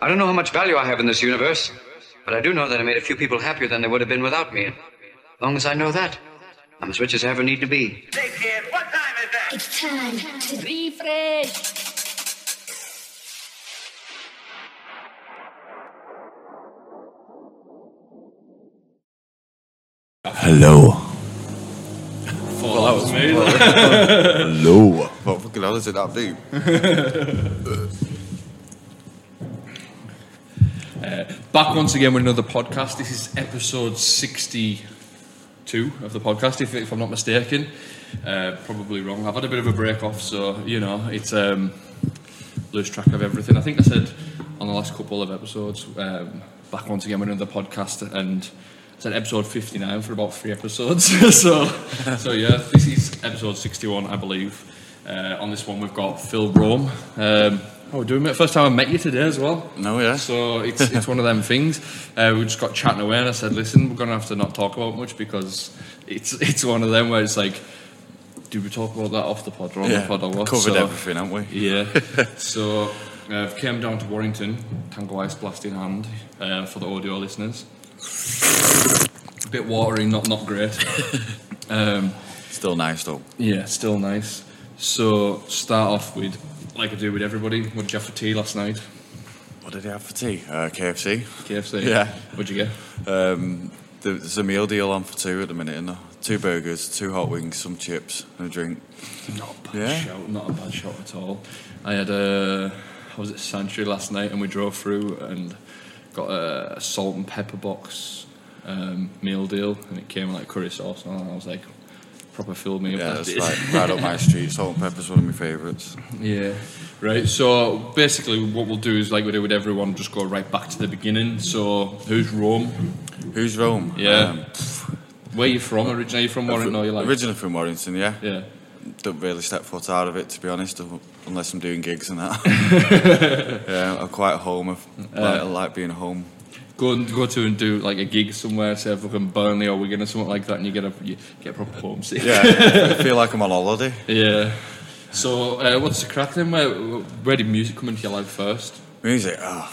I don't know how much value I have in this universe, but I do know that I made a few people happier than they would have been without me. And as long as I know that, I'm as rich as I ever need to be. Hey, kid, what time is that? It's time to refresh. Hello. Well, that was me. Hello. Vad för glad is it up, dude? Back once again with another podcast. This is episode 62 of the podcast, if, if I'm not mistaken. Uh, probably wrong. I've had a bit of a break off, so, you know, it's um, lose track of everything. I think I said on the last couple of episodes, um, back once again with another podcast, and I said episode 59 for about three episodes. so, so, yeah, this is episode 61, I believe. Uh, on this one, we've got Phil Rome. Um, how we doing, mate? First time I met you today as well. No, yeah. So it's, it's one of them things. Uh, we just got chatting away, and I said, "Listen, we're gonna have to not talk about much because it's it's one of them where it's like, do we talk about that off the pod or on the Yeah, pod or what?" covered So- everything, haven't we? Yeah. so uh, I've came down to Warrington, Tango Ice Blast in hand, uh, for the audio listeners. A bit watery, not not great. um, Still nice though. yeah, still nice. So start off with, like I do with everybody, what did you have for tea last night? What did I have for tea? Uh, KFC. KFC. Yeah. What'd you get? Um, there- there's a meal deal on for two at the minute, isn't there? Two burgers, two hot wings, some chips, and a drink. Not a bad Yeah? shot. Not a bad shot at all. I had a. I was at Sanctuary last night, and we drove through and got a salt and pepper box um, meal deal, and it came with like curry sauce, and all, and I was like, proper filled me up. Yeah, That's that's it. like right up my street. Salt and pepper's one of my favourites. Yeah. Right. So basically, what we'll do is like we do with everyone, just go right back to the beginning. So who's Rome? Who's Rome? Yeah. Um, Where you from originally? Are you from Warren? No, you're like. Originally from Warrington, yeah. Yeah. Don't really step foot out of it, to be honest, un- unless I'm doing gigs and that. yeah, I'm quite home. I Uh. like, I like being home. go and go to and do like a gig somewhere, say fucking Burnley or Wigan or something like that, and you get a you get proper homesick. Yeah, I feel like I'm on holiday. Yeah. So uh, what's the crack then? Where where did music come into your life first? Music. Oh,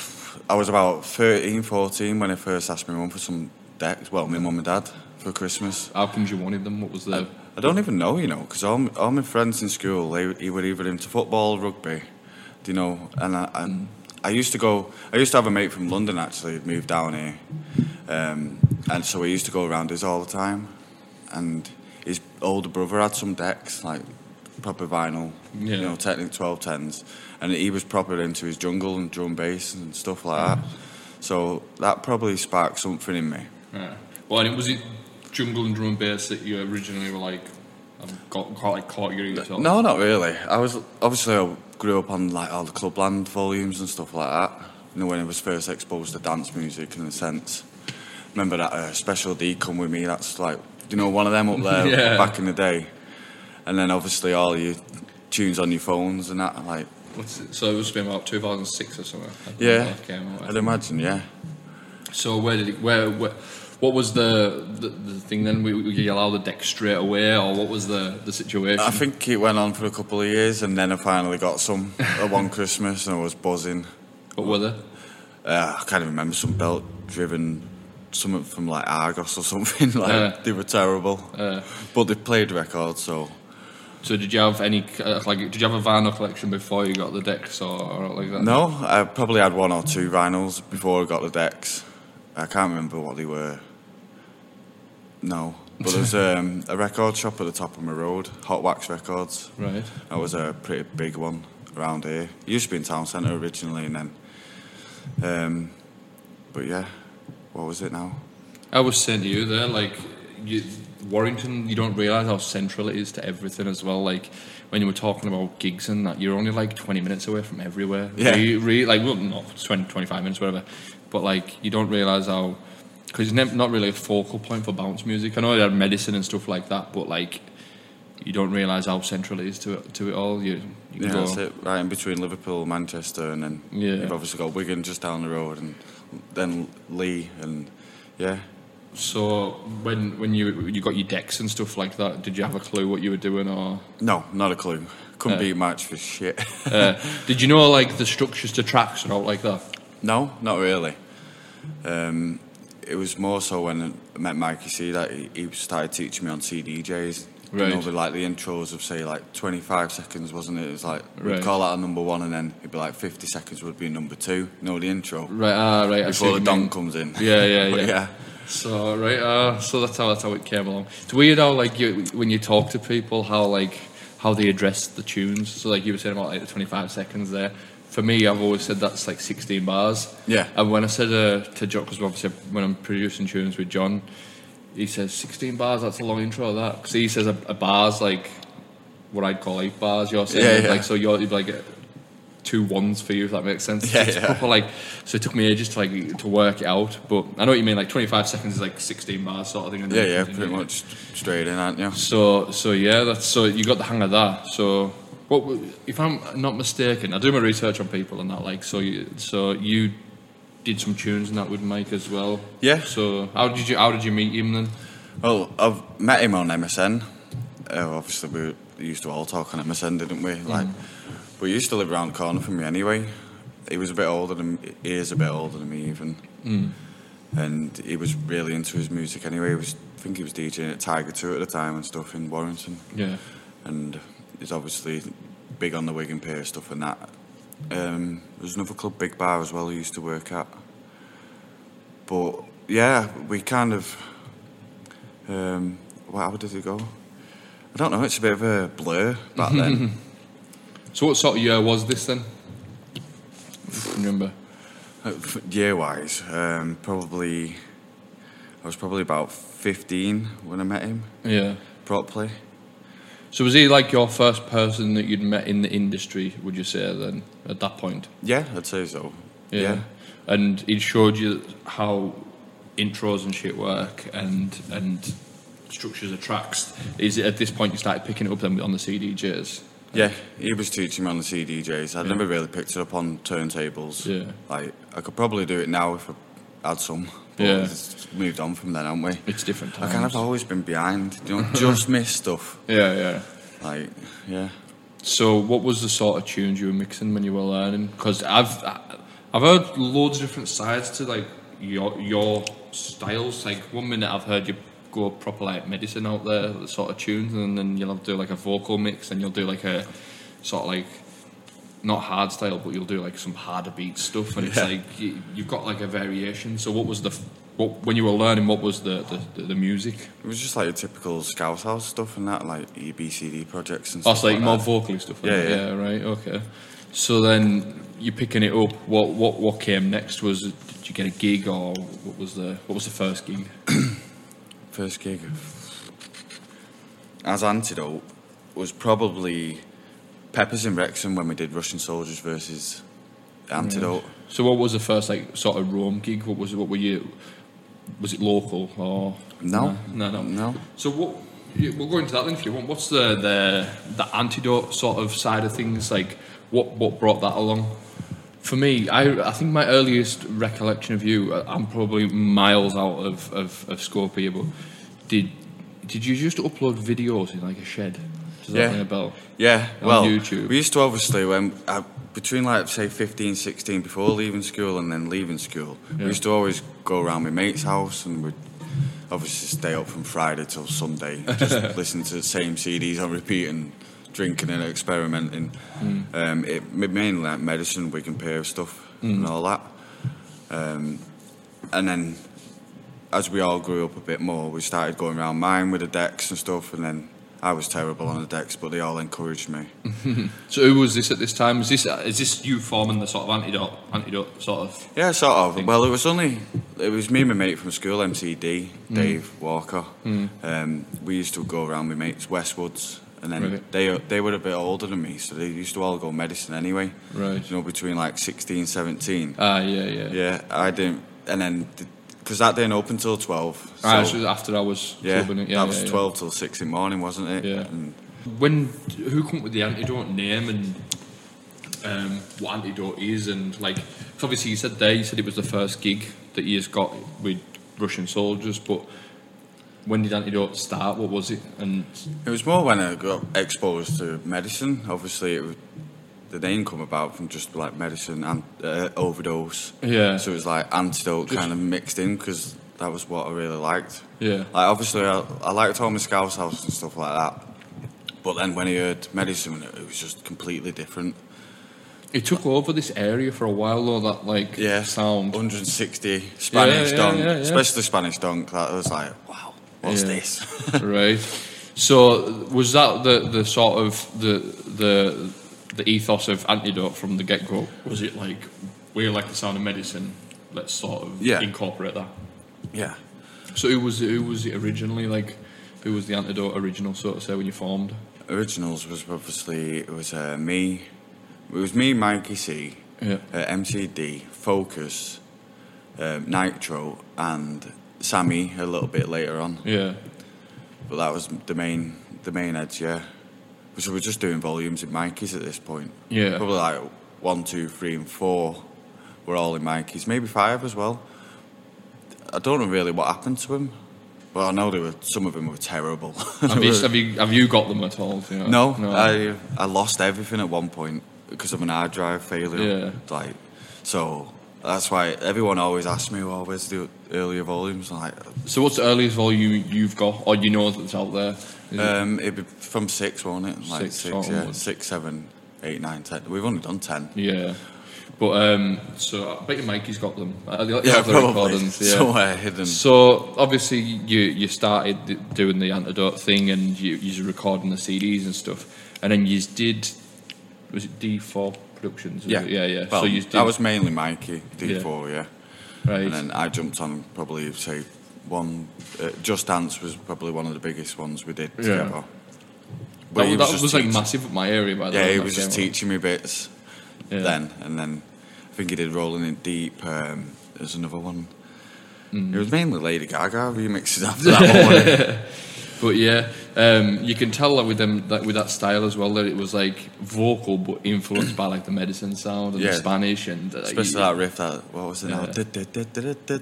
I was about 13, 14 when I first asked my mum for some decks. Well, my mum and dad for Christmas. How comes you wanted them? What was the I don't even know, you know, because all, m- all my friends in school, they, they were either into football, rugby, do you know, and I, and I used to go, I used to have a mate from London actually, who'd moved down here, um, and so we used to go around his all the time, and his older brother had some decks, like proper vinyl, Yeah. you know, Technic 1210s, and he was proper into his jungle and drum bass and stuff like that, so that probably sparked something in me. uh, well? And it was it jungle and drum and bass that you originally were like I've got quite like caught your ears on? No, not really. I was obviously I grew up on like all the clubland volumes and stuff like that. You know, when I was first exposed to dance music in a sense. Remember that uh, Special D come with me? That's like you know one of them up there Yeah. back in the day. And then obviously all your tunes on your phones and that like What's it? So it was been about 2006 or something. I think yeah. that came out. I'd imagine yeah. So where did it, where, where what was the, the the thing then? We, we you allow the deck straight away, or what was the the situation? I think it went on for a couple of years and then I finally got some at one Christmas and I was buzzing. what were they? uh, I can't even remember some belt driven something from like Argos or something like Yeah. they were terrible Yeah. but they played records so So did you have any uh, like did you have a vinyl collection before you got the decks or, or like that? no I probably had one or two vinyls before I got the decks I can't remember what they were no but there's um, a record shop at the top of my road Hot Wax Records Right. that was a pretty big one around here it used to be in town centre originally and then um, but yeah what was it now I was saying to you there, like you, Warrington, you don't realise how central it is to everything as well. Like when you were talking about gigs and that, you're only like 20 minutes away from everywhere. Yeah. Re, re, like well, not 20, 25 minutes, whatever. But like you don't realise how because it's nev- not really a focal point for bounce music. I know they had medicine and stuff like that, but like you don't realise how central it is to it, to it all. You, you can Yeah, go, that's it. Right in between Liverpool, Manchester, and then Yeah. you've obviously got Wigan just down the road, and then Lee, and yeah, So when when you you got your decks and stuff like that, did you have a clue what you were doing, or no, not a clue. Couldn't Uh. beat match for shit. uh, did you know like the structures to tracks and all like that? No, not really. Um, it was more so when I met Mikey C that he, he started teaching me on CDJs. You know, Right. with like the intros of say like 25 seconds, wasn't it? It was like we'd Right. call out a number one, and then it'd be like 50 seconds would be number two. You know the intro Right, ah, right. I see before what you the don mean. comes in. Yeah, yeah, But yeah. yeah. So right, uh, so that's how that's how it came along. It's weird how like you when you talk to people how like how they address the tunes. So like you were saying about like the twenty five seconds there. For me, I've always said that's like sixteen bars. Yeah. And when I said uh, to John, because obviously when I'm producing tunes with John, he says sixteen bars. That's a long intro. Of that because he says a, a bar's like what I'd call eight bars. You're saying Yeah, yeah. like so you're you'd be like uh, two ones for you if that makes sense. Yeah, it's yeah. proper like so it took me ages to like to work it out. But I know what you mean, like twenty five seconds is like sixteen bars sort of thing. and Yeah, then- yeah, and pretty you- much straight in, aren't you? So so yeah, that's so you got the hang of that. So what w- if I'm not mistaken, I do my research on people and that like so you so you did some tunes and that with Mike as well. Yeah. So how did you how did you meet him then? Well, Oh, I've met him on MSN. Uh, obviously, we used to all talk on MSN, didn't we? Like, we used to live around the corner from me anyway. He was a bit older than he is a bit older than me even, and he was really into his music anyway. He was, I think he was DJing at Tiger Two at the time and stuff in Warrington, Yeah. and he's obviously big on the wig and pier stuff and that. Um, there was another club, Big Bar, as well. He used to work at, but yeah, we kind of um, wha- how did it go? I don't know. It's a bit of a blur back then. So what sort of year was this then? Remember. Year wise, uh, um, probably I was probably about fifteen when I met him Yeah. properly. So was he like your first person that you'd met in the industry? Would you say then at that point? Yeah, I'd say so. And he showed you how intros and shit work and and structures of tracks. Is it at this point you started picking it up then on the CDJs? Yeah, he was teaching me on the CDJs. I'd never really picked it up on turntables. Yeah. Like, I could probably do it now if I had some. But Yeah. it's moved on from then, haven't we? It's different I kind of times. always been behind. You know, just missed stuff. Yeah, yeah. Like, yeah. So what was the sort of tunes you were mixing when you were learning? Because I've I've heard loads of different sides to like your your styles. Like one minute I've heard you go proper like medicine out there, the sort of tunes, and then you'll do like a vocal mix, and you'll do like a sort of like not hard style, but you'll do like some harder beat stuff, and it's Yeah. like you, you've got like a variation. So what was the f- what when you were learning? What was the the, the, the music? It was just like your typical Scouse House stuff and that, like E EBCD projects and Oh, stuff. it's like like more that. vocally stuff. like Yeah, that. yeah. right. Okay. So then you're picking it up. What what what came next? Was did you get a gig or what was the what was the first gig? First gig. As Antidote was probably Peppers in Wrexham when we did Russian Soldiers versus Antidote. So what was the first like sort of Rome gig? What was what were you? Was it local or No. No, no, No. So what? yeah, We'll go into that then if you want. What's the the the antidote sort of side of things? Like what what brought that along? For me, I I think my earliest recollection of you, I- I'm probably miles out of of, of scope here, but did did you just upload videos in like a shed? Does that Yeah. ring a bell? Yeah, On well, YouTube. we used to obviously when uh, between like say 15, 16 before leaving school and then leaving school, we Yeah. used to always go around my mate's house and we'd obviously stay up from Friday till Sunday, just listening to the same CDs on repeat and drinking and experimenting. Hmm. Um, it mainly like medicine, wig and pair stuff Hmm. and all that. Um, and then as we all grew up a bit more, we started going around mine with the decks and stuff, and then I was terrible on the decks, but they all encouraged me. So who was this at this time? Is this is this you forming the sort of antidote antidote sort of Yeah, sort of. Well, it was only it was me and my mate from school, MCD, Dave Walker. Um, we used to go around with mates Westwoods, and then Right. they they were a bit older than me, so they used to all go medicine anyway. Right. You know, between like 16, 17. Ah, yeah, yeah. Uh, yeah, I didn't, and then because that didn't open till twelve. So, Ah, so, after I was yeah, clubbing it. that was twelve till six in the morning, wasn't it? Yeah. And When who come up with the antidote name and um, what antidote is and like 'cause obviously you said there you said it was the first gig that you got with Russian soldiers, but when did antidote start? What was it? And It was more when I got exposed to medicine. Obviously, it was, the name come about from just like medicine and uh, overdose. Yeah. So it was like antidote kind of mixed in because that was what I really liked. Yeah. Like obviously I, I liked Thomas Scouse House and stuff like that, but then when I heard medicine, it was just completely different. It took over this area for a while though. That like Yeah. sound. 160 Spanish yeah, donk, yeah, yeah. especially Spanish donk. That was like wow, what's Yeah. this? right. So was that the, the sort of the the the ethos of antidote from the get go? Was it like we like the sound of medicine? Let's sort of Yeah. incorporate that. yeah. So who was who was it originally? Like who was the antidote original, so to say, when you formed? Originals was obviously it was uh, me, it was me, Mikey C, Yeah. uh, MCD, Focus, um, Nitro, and Sammy a little bit later on. Yeah. But that was the main the main heads, yeah. So we're just doing volumes in Mikey's at this point. Yeah. Probably like one, two, three, and four. We're all in Mikey's, maybe five as well. I don't know really what happened to him, but I know they were some of them were terrible. Have you, have you have you got them at all? Do you know? no, I I lost everything at one point because of an hard drive failure. Yeah. Like, so that's why everyone always asks me, "Well, where's the earlier volumes?" I'm like, so what's the earliest volume you've got, or you know that's out there? Is it- Um, it'd be from six, won't it? Like Six six, yeah, onwards. six, seven, eight, nine, ten. We've only done ten. Yeah. But um, so I bet your Mikey's got them. I- I like Yeah, have the probably recordings, yeah. somewhere hidden. So obviously you you started th- doing the antidote thing and you you recording the CDs and stuff, and then you did was it D4 Productions? Was yeah, it? yeah, yeah. Well, so you did that was mainly Mikey D four, yeah. right. And then I jumped on probably say one. Uh, Just Dance was probably one of the biggest ones we did together. But that was, he that was, just like teach- massive at my area by the Yeah, way. he that was just came out. teaching me bits. Yeah. then, and then I think he did Rolling in Deep. Um, there's another one. It was mainly Lady Gaga remixes after that one. wasn't it? But yeah, um, you can tell that with them that with that style as well that it was like vocal but influenced by like the medicine sound and Yeah. the Spanish and uh, you- Especially that riff that what was it now? Yeah.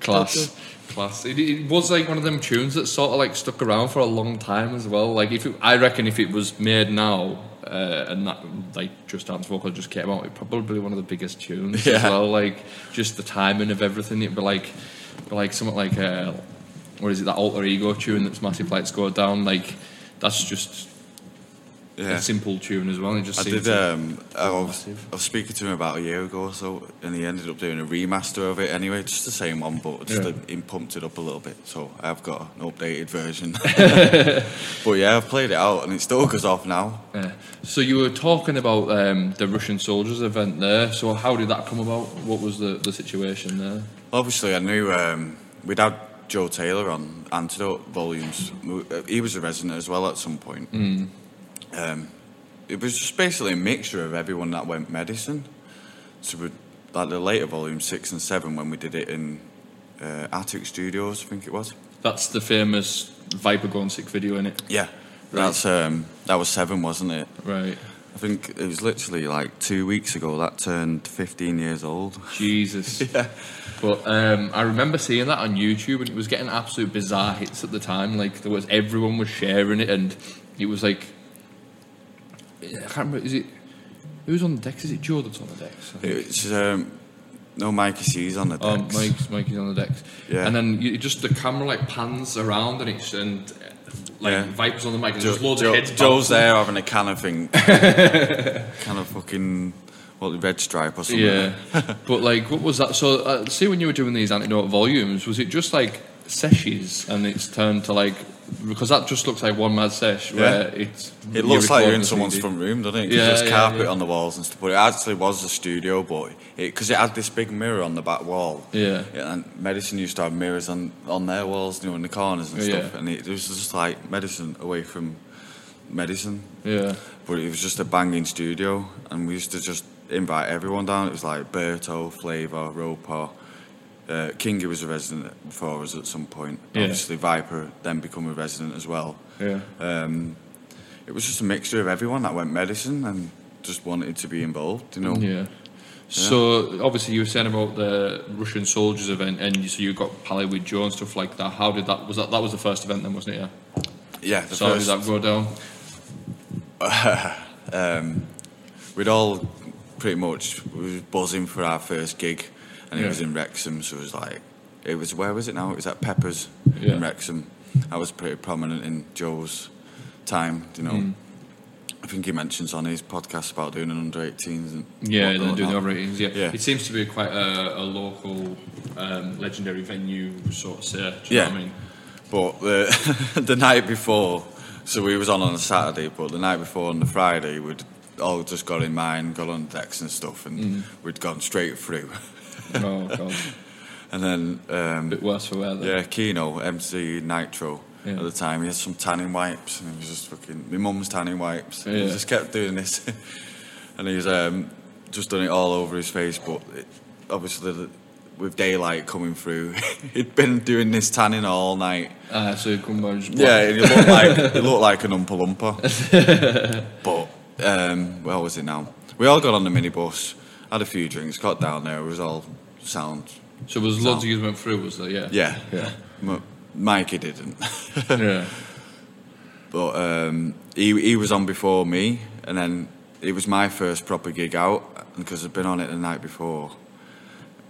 class class it, it was like one of them tunes that sort of like stuck around for a long time as well like if it, i reckon if it was made now uh, and that like just dance vocal just came out it probably one of the biggest tunes as Yeah. well like just the timing of everything it'd be like be like something like uh what is it that alter ego tune that's massive like scored down like that's just Yeah. a simple tune as well it just I seems did. to- Um, I, was, I was speaking to him about a year ago or so, and he ended up doing a remaster of it anyway, just the same one, but just Yeah. uh, he pumped it up a little bit. So I've got an updated version. but yeah, I've played it out, and it still goes off now. Yeah. So you were talking about um, the Russian soldiers event there. So how did that come about? What was the, the situation there? Obviously, I knew um, we'd had Joe Taylor on Antidote Volumes. We- uh, He was a resident as well at some point. Hmm. Um, it was just basically a mixture of everyone that went medicine. So we like the later volumes six and seven when we did it in uh, Attic Studios, I think it was. That's the famous Viper Gone Sick video, in it? Yeah, that's um, that was seven, wasn't it? Right. I think it was literally like two weeks ago that turned 15 years old. Jesus. yeah. But um, I remember seeing that on YouTube, and it was getting absolute bizarre hits at the time. Like there was everyone was sharing it, and it was like I can't remember. Is it who's on the decks? Is it Joe that's on the decks? I think. It's um, no Mikey C's on the Oh, decks. Mike's, Mikey's on the decks. Yeah. And then you, just the camera like pans around and it's and uh, like Yeah. vipers on the mic. And Jo- there's loads Jo- of heads. Joe's bouncing. there having a can of thing, can of fucking what red stripe or something. Yeah. but like, what was that? So, uh, see, when you were doing these antidote volumes, was it just like sessions and it's turned to like because that just looks like one mad sesh where it's It looks like you're recording in the someone's CD. front room, doesn't it? 'Cause Yeah, there's yeah, carpet yeah. on the walls and stuff. But it actually was a studio, but because it, had this big mirror on the back wall. Yeah. And medicine used to have mirrors on, on their walls, you know, in the corners and Yeah. stuff. And it, was just like medicine away from medicine. Yeah. But it was just a banging studio, and we used to just invite everyone down. It was like Berto, Flavor, Roper. Uh, Kingy was a resident for us at some point. Yeah. Obviously, Viper then become a resident as well. Yeah. Um, it was just a mixture of everyone that went medicine and just wanted to be involved, you know. Yeah. So obviously you were saying about the Russian soldiers event, and you, so you got pally with Joe and stuff like that. How did that? Was that that was the first event then, wasn't it? Yeah. Yeah, the so first- how did that go down? um, we'd all pretty much we was buzzing for our first gig, and it was in Wrexham, so it was like it was where was it now? It was at Peppers Yeah. in Wrexham. I was pretty prominent in Joe's time, you know. Mm. I think he mentions on his podcast about doing an under 18s and Yeah, what- then do the whatnot. over 18s. Yeah. Yeah. it seems to be quite a, a local, um, legendary venue sort of search. Yeah. Yeah, I mean, But the, the night before, so we was on on a Saturday, but the night before on the Friday, we'd all just got in mind, got on decks and stuff, and Mm. we'd gone straight through. oh god, And then, a um, bit worse for wear. Though. yeah, Keno, MC Nitro Yeah. at the time, he had some tanning wipes, and he was just fucking, my mum's tanning wipes. Yeah. He just kept doing this. and he's um, just done it all over his face, but it, obviously, the, with daylight coming through, he'd been doing this tanning all night. Ah, so you come by just Yeah, and you look like you look like an umpa lumpa. but um, where was it now? We all got on the minibus, had a few drinks, got down there. It was all sound. So there was loads of you went through, was there? Yeah. Yeah, Yeah. M- Mikey didn't, yeah. but um, he he was on before me, and then it was my first proper gig out because I'd been on it the night before.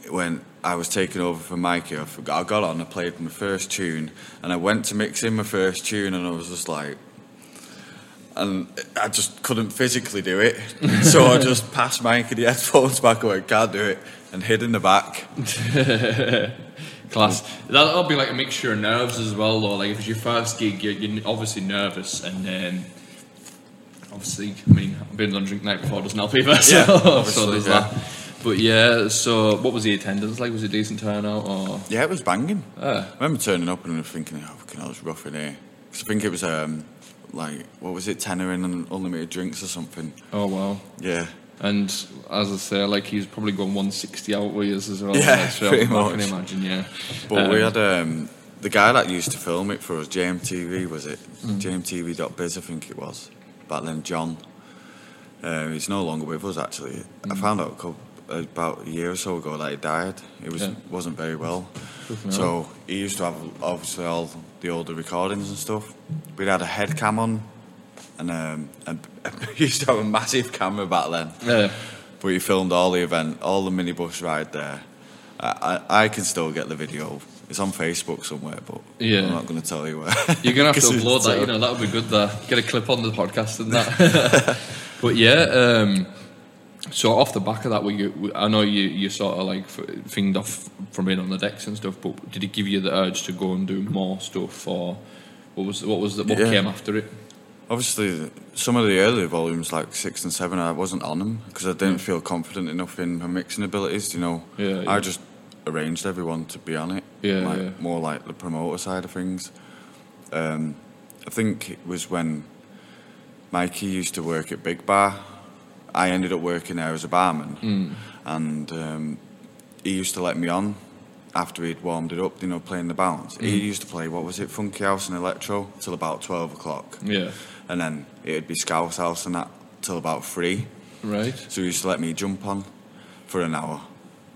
When I was taking over for Mikey, I forgot I got on. I played my first tune, and I went to mix in my first tune, and I was just like. and I just couldn't physically do it. So I just passed Mikey the headphones back and went, can't do it, and hid in the back. Class. That'll be like a mixture of nerves as well, though. Like if it's your first gig, you're, you're obviously nervous, and then obviously, I mean, being on drink night before doesn't help either. So, Yeah, so obviously, there's yeah. that. But yeah, so what was the attendance like? Was it a decent turnout or? Yeah, it was banging. Ah. I remember turning up and thinking, oh, fucking hell, it's rough in here. 'Cause I think it was, um, like, what was it, tenor in and unlimited drinks or something. Oh wow. Yeah. And as I say, like he's probably gone 160 out with us as well. Yeah, like, so pretty I can much. imagine, yeah. But we Um, had um, the guy that used to film it for us, JMTV, was it? Mm. JMTV.biz, I think it was. Back then, John. Uh, he's no longer with us, actually. I Mm. found out a couple, about a year or so ago that he died. He was, Yeah. wasn't very well. So he used to have, obviously, all the older recordings and stuff. We'd had a head cam on, and, um, and he used to have a massive camera back then. yeah. But he filmed all the event, all the minibus ride there. I, I, I can still get the video. It's on Facebook somewhere, but Yeah. I'm not going to tell you where. You're gonna have to 'Cause it's upload that. You terrible. know that would be good. There, get a clip on the podcast and that. but yeah, um, so off the back of that, were you, I know you you sort of like f- thinged off from being on the decks and stuff. But did it give you the urge to go and do more stuff, or what was what was the, what Yeah. came after it? Obviously, some of the earlier volumes, like six and seven, I wasn't on them because I didn't feel confident enough in my mixing abilities. You know, Mm. Yeah, I yeah. just arranged everyone to be on it. Yeah, like, yeah. more like the promoter side of things. Um, I think it was when Mikey used to work at Big Bar. I ended up working there as a barman, Mm. and um, he used to let me on after he'd warmed it up. You know, playing the bounce. He Mm. used to play what was it, funky house and electro, till about twelve o'clock Yeah, and then it'd be Scouse House and that till about three. right. So he used to let me jump on for an hour.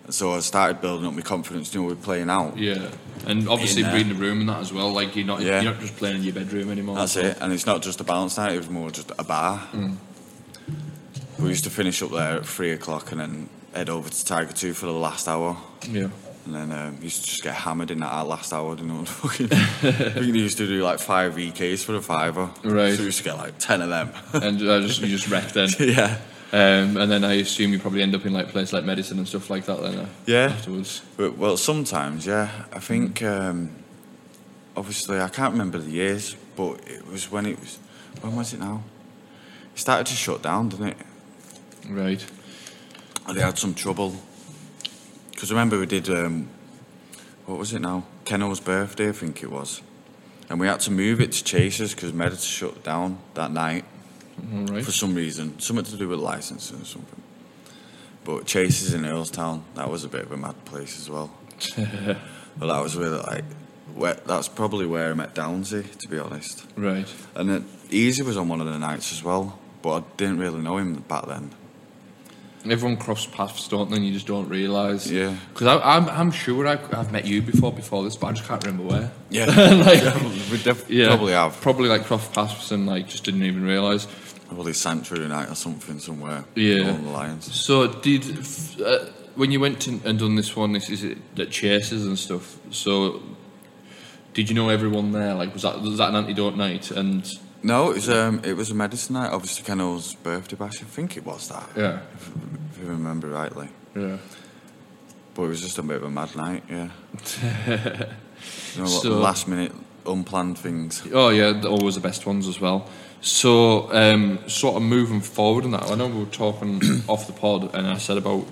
So I started building up my confidence, you know, with playing out. Yeah, and obviously In, uh, being in the room and that as well. Like you're not Yeah. you're not just playing in your bedroom anymore. That's it. And it's not just a bounce night, it was more just a bar. Mm. We used to finish up there at three o'clock and then head over to Tiger 2 for the last hour. Yeah. And then um, used to just get hammered in that last hour, you know. Fucking, I think they used to do like five EKs for a fiver. Right. So we used to get like 10 of them. And I just you just wrecked then, yeah. um, and then I assume you probably end up in like places like medicine and stuff like that. Then uh, Yeah. afterwards. But, well, sometimes, yeah. I think, um, obviously, I can't remember the years, but it was when it was, when was it now? It started to shut down, didn't it? Right. And they had some trouble. Because remember, we did, um, what was it now? Keno's birthday, I think it was. And we had to move it to Chasers because Medici shut down that night All right. for some reason. Something to do with licensing or something. But Chases in Earlstown, that was a bit of a mad place as well. well, that was where like, where, that's probably where I met Downsy, to be honest. Right. And then Easy was on one of the nights as well, but I didn't really know him back then. Everyone cross paths, don't they? And you just don't realise. Yeah. Because I'm, I'm sure I've, I've met you before before this, but I just can't remember where. Yeah, Like- we def- Yeah. probably have. Probably like cross paths and like just didn't even realise. probably Sanctuary Night or something somewhere. Yeah. On the Lions. So did f- uh, when you went and and done this one? This is it at Chases and stuff. So did you know everyone there? Like was that was that an antidote night? And No, it was um, it was a medicine night. Obviously, Kennel's birthday bash. I think it was that. yeah, If, if I remember rightly, yeah. but it was just a bit of a mad night. Yeah. you know, So- last minute unplanned things. Oh yeah, they're always the best ones as well. So um, sort of moving forward in that. I know we were talking off the pod, and I said about.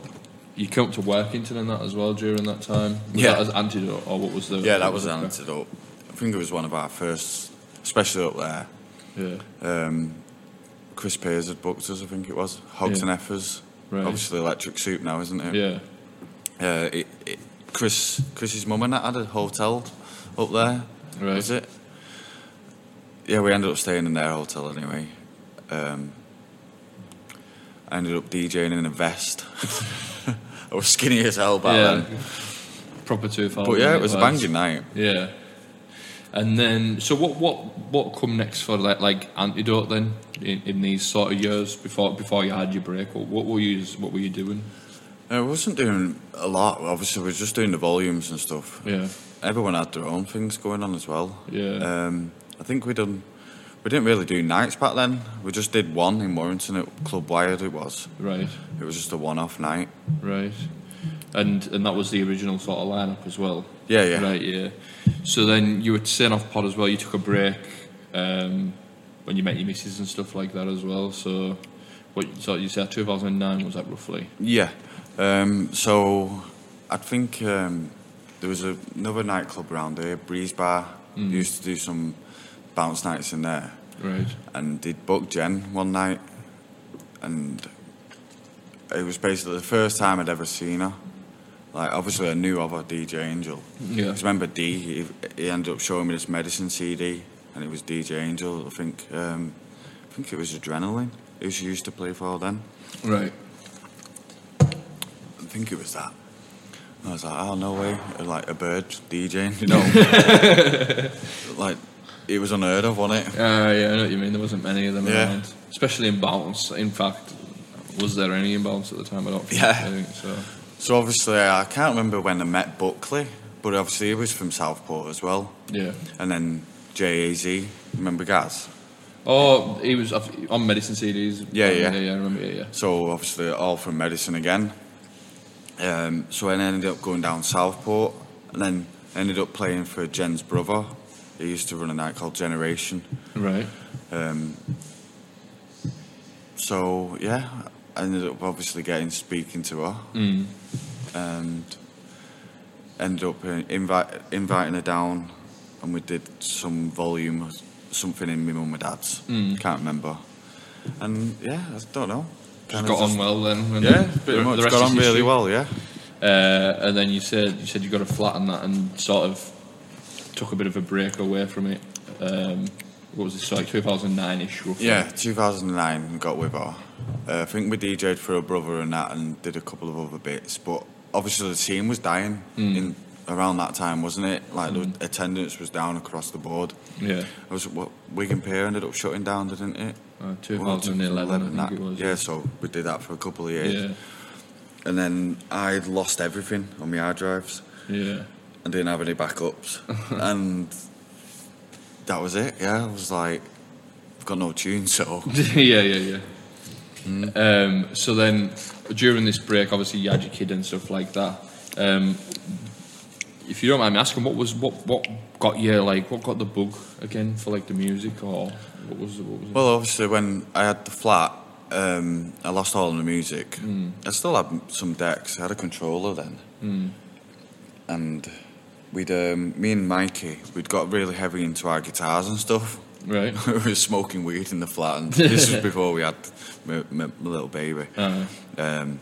You came up to Workington and that as well during that time. Was Yeah. that as antidote, or what was the? Yeah, that what was an the- antidote. I think it was one of our first, especially up there. Yeah, Um, Chris Pears had booked us, I think it was. Hogs Yeah. and Effers. Right. Obviously, Electric Soup now, isn't it? yeah, Uh, it, it, Chris, Chris's mum and that had a hotel up there. Right. Was it? Yeah, we ended up staying in their hotel anyway. Um, I ended up DJing in a vest. I was skinny as hell back yeah. then. Proper two thousand. um, But yeah, it was a banging night. Yeah. And then, so what, what, what come next for like, like antidote then in, in these sort of years before before you had your break? What, what were you what were you doing? I wasn't doing a lot. Obviously, we were just doing the volumes and stuff. Yeah, Everyone had their own things going on as well. Yeah. Um, I think we done. We didn't really do nights back then. We just did one in Warrington at Club Wired. It was. right, It was just a one-off night. right. And and that was the original sort of lineup as well. Yeah, yeah. Right, yeah. So then you were saying off pod as well. You took a break um, when you met your missus and stuff like that as well. So what? So you said 2009 was that roughly? Yeah. Um, so I think um, there was a, another nightclub around here, Breeze Bar. Used to do some bounce nights in there, Right. and they'd booked Jen one night, and it was basically the first time I'd ever seen her. Like, obviously, I knew of her, DJ Angel. Yeah. 'Cause remember D, he, he ended up showing me this medicine CD, and it was DJ Angel. I think, um, I think it was Adrenaline. Who she used to play for then. Right. I think it was that. And I was like, oh, no way. Like a bird DJing, you know. like, it was unheard of, wasn't it? Uh, yeah, I know what you mean. There wasn't many of them Yeah. around, especially in bounce. In fact, was there any in bounce at the time? I don't think, Yeah. I think so. So, obviously, I can't remember when I met Buckley, but obviously, he was from Southport as well. Yeah. And then JAZ, remember Gaz? Oh, he was off- on medicine CDs. Yeah, yeah. yeah. I remember. Yeah, yeah. So, obviously, all from medicine again. Um, so, I ended up going down Southport and then ended up playing for Jen's brother. He used to run a night called Generation. Right. So yeah, I ended up obviously getting speaking to her, Mm. and ended up in- invite, inviting her down, and we did some volume, something in my mum and dad's. Mm. Can't remember, and yeah, I don't know. Just Kinda got on well then. and Yeah, the- pretty the much rest got is on really history. well. Yeah, Uh, and then you said you said you got a flat on that and sort of took a bit of a break away from it. Um, what was this like 2009 ish? Roughly. yeah. 2009 we got with her. Uh, I think we DJ'd for her brother and that, and did a couple of other bits. But obviously the scene was dying Mm. in around that time, wasn't it? Like the attendance was down across the board. Yeah. I was what Wigan Pier ended up shutting down, didn't it? Uh, 2011, I think that- it was. Yeah, so we did that for a couple of years, Yeah. and then I lost everything on my hard drives Yeah. and didn't have any backups, and that was it. Yeah, I was like, I've got no tune, so yeah, yeah, yeah. Um, so then, during this break, obviously you had your kid and stuff like that. Um, if you don't mind me asking, what was what what got you like what got the bug again for like the music or what was what was it? Well, obviously, when I had the flat, um, I lost all of the music. Hmm. I still had some decks. I had a controller then, and we'd um, me and Mikey we'd got really heavy into our guitars and stuff. right? we were smoking weed in the flat, and this was before we had my, my, my little baby. Uh, Um,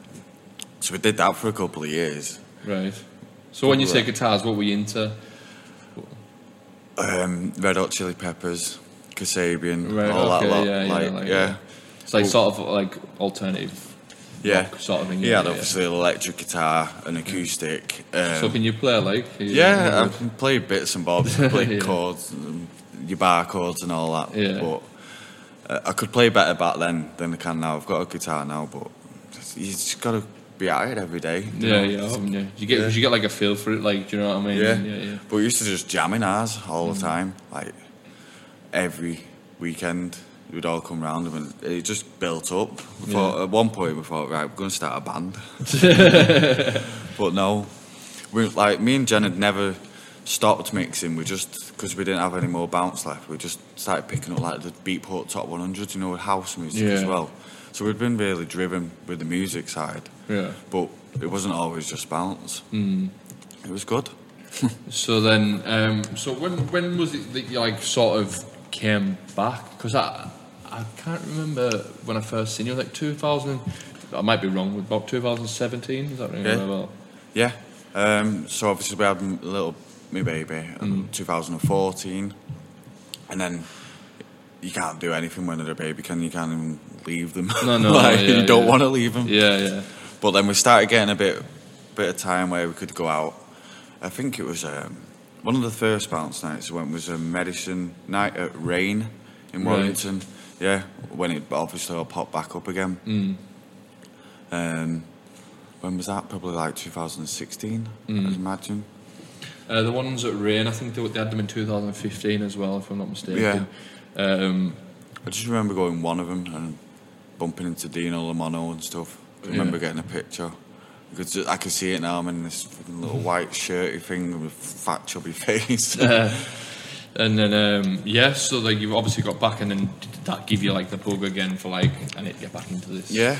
so we did that for a couple of years. right. So when you say Right. guitars, what were you into? Um, Red Hot Chili Peppers, Kasabian, Right. all okay. that lot. yeah, yeah, like, like, yeah, It's like Well- sort of like alternative. yeah. rock sort of thing, He yeah, had yeah. obviously an electric guitar, an acoustic. Um, so can you play like? yeah, I can play bits and bobs. I play Yeah. chords, um, your bar chords, and all that. Yeah. But Uh, I could play better back then than I can now. I've got a guitar now, but you just got to be at it every day. you Yeah, know? yeah, I mean, yeah. You get, Yeah. you get like a feel for it, like, do you know what I mean? Yeah. yeah, yeah. But we used to just jam in ours all the time. Like every weekend, we'd all come round and it just built up. We thought, At one point, we thought, right, we're going to start a band. but no, we like me and Jen had never stopped mixing. We just because we didn't have any more bounce left. We just started picking up like the Beatport Top 100, you know, with house music as Yeah. well. So we'd been really driven with the music side. Yeah. Mm. But it wasn't always just bounce. It was good. So then, um, so when when was it that you like sort of came back? Because I I can't remember when I first seen you. Like 2000, I might be wrong. About 2017, is that ring Yeah. yeah. about? Yeah. Um, so obviously we had m- little um, me baby Mm. in 2014, and then you can't do anything when they're a baby, can you? You Can't even leave them. No, no, like, yeah, you don't yeah. want to leave them. Yeah, yeah, But then we started getting a bit, bit of time where we could go out. I think it was um, one of the first bounce nights I went was a medicine night at Rain Right. in Warrington. Yeah, when it obviously all popped back up again. Um, when was that? Probably like 2016, I'd imagine. Uh, the ones at Rain, I think they, they had them in 2015 as well, if I'm not mistaken. Yeah. Um, I just remember going one of them and bumping into Dino Lamano and stuff. I remember getting a picture. I could, ju- I could see it now. I'm in this fucking little white shirty thing with a fat chubby face. and then um, yeah, so like you've obviously got back, and then did that give you like the bug again for like I need to get back into this. yeah.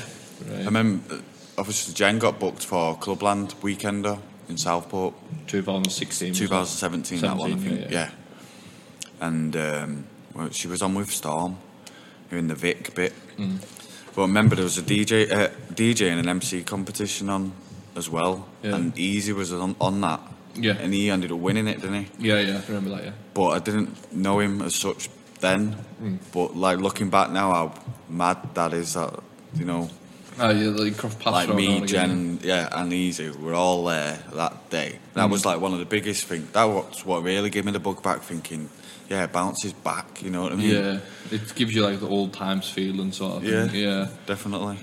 Right. I remember, uh, obviously, Jen got booked for Clubland Weekender in Southport, 2016. was it? 2017, that one, I 17, yeah, think. Yeah. yeah. And um, well, she was on with Storm, who in the Vic bit. Mm. But I remember there was a DJ, uh, DJ and an MC competition on as well, Yeah. and Easy was on, on that. Yeah. And he ended up winning it, didn't he? Yeah, yeah, I remember that. Yeah. but I didn't know him as such then. Mm. But like looking back now, how mad that is that you know, Oh, yeah, like cross paths like around now me, and Jen, again. and, yeah, and Easy were all there that day. That Mm. was like one of the biggest things. That was what really gave me the bug back. Thinking, yeah, bounces back. You know what I mean? Yeah, it gives you like the old times feeling sort of. Yeah. Thing. Yeah. definitely.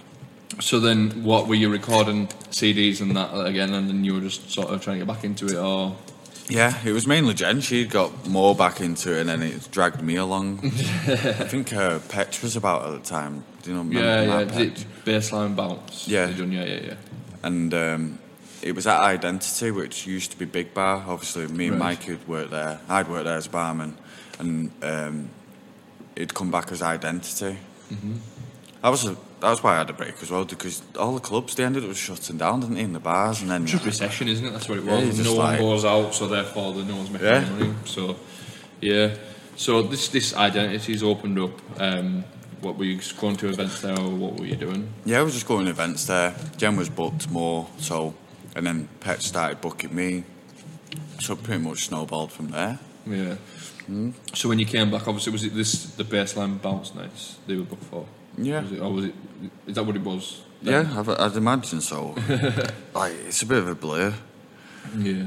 So then, what were you recording CDs and that again, and then you were just sort of trying to get back into it, or Yeah, it was mainly Jen. She got more back into it, and then it dragged me along. I think uh, Petch was about at the time. Do you know? yeah, remember yeah, Matt is Petch? it baseline bounce? Yeah. You done? yeah, yeah, yeah. and um, it was at Identity, which used to be Big Bar. Obviously, me and Right. Mike had worked there. I'd worked there as barman, and um, it'd come back as Identity. That was a, that was why I had a break as well because all the clubs they ended up shutting down, didn't they? In the bars, and then Just recession, isn't it? That's what it Yeah, was. you no just one like- goes out, so therefore the, no one's making Yeah. any money. So, yeah. So this this identity's opened up. Um, what were you just going to events there, or what were you doing? Yeah, I was just going to events there. Jen was booked more, so and then Pet started booking me, so pretty much snowballed from there. Yeah. So when you came back, obviously, was it this the baseline bounce nights they were booked for? Yeah. Was it, or was it? Is that what it was? Yeah, I'd, I'd imagine so. like it's a bit of a blur. Yeah. It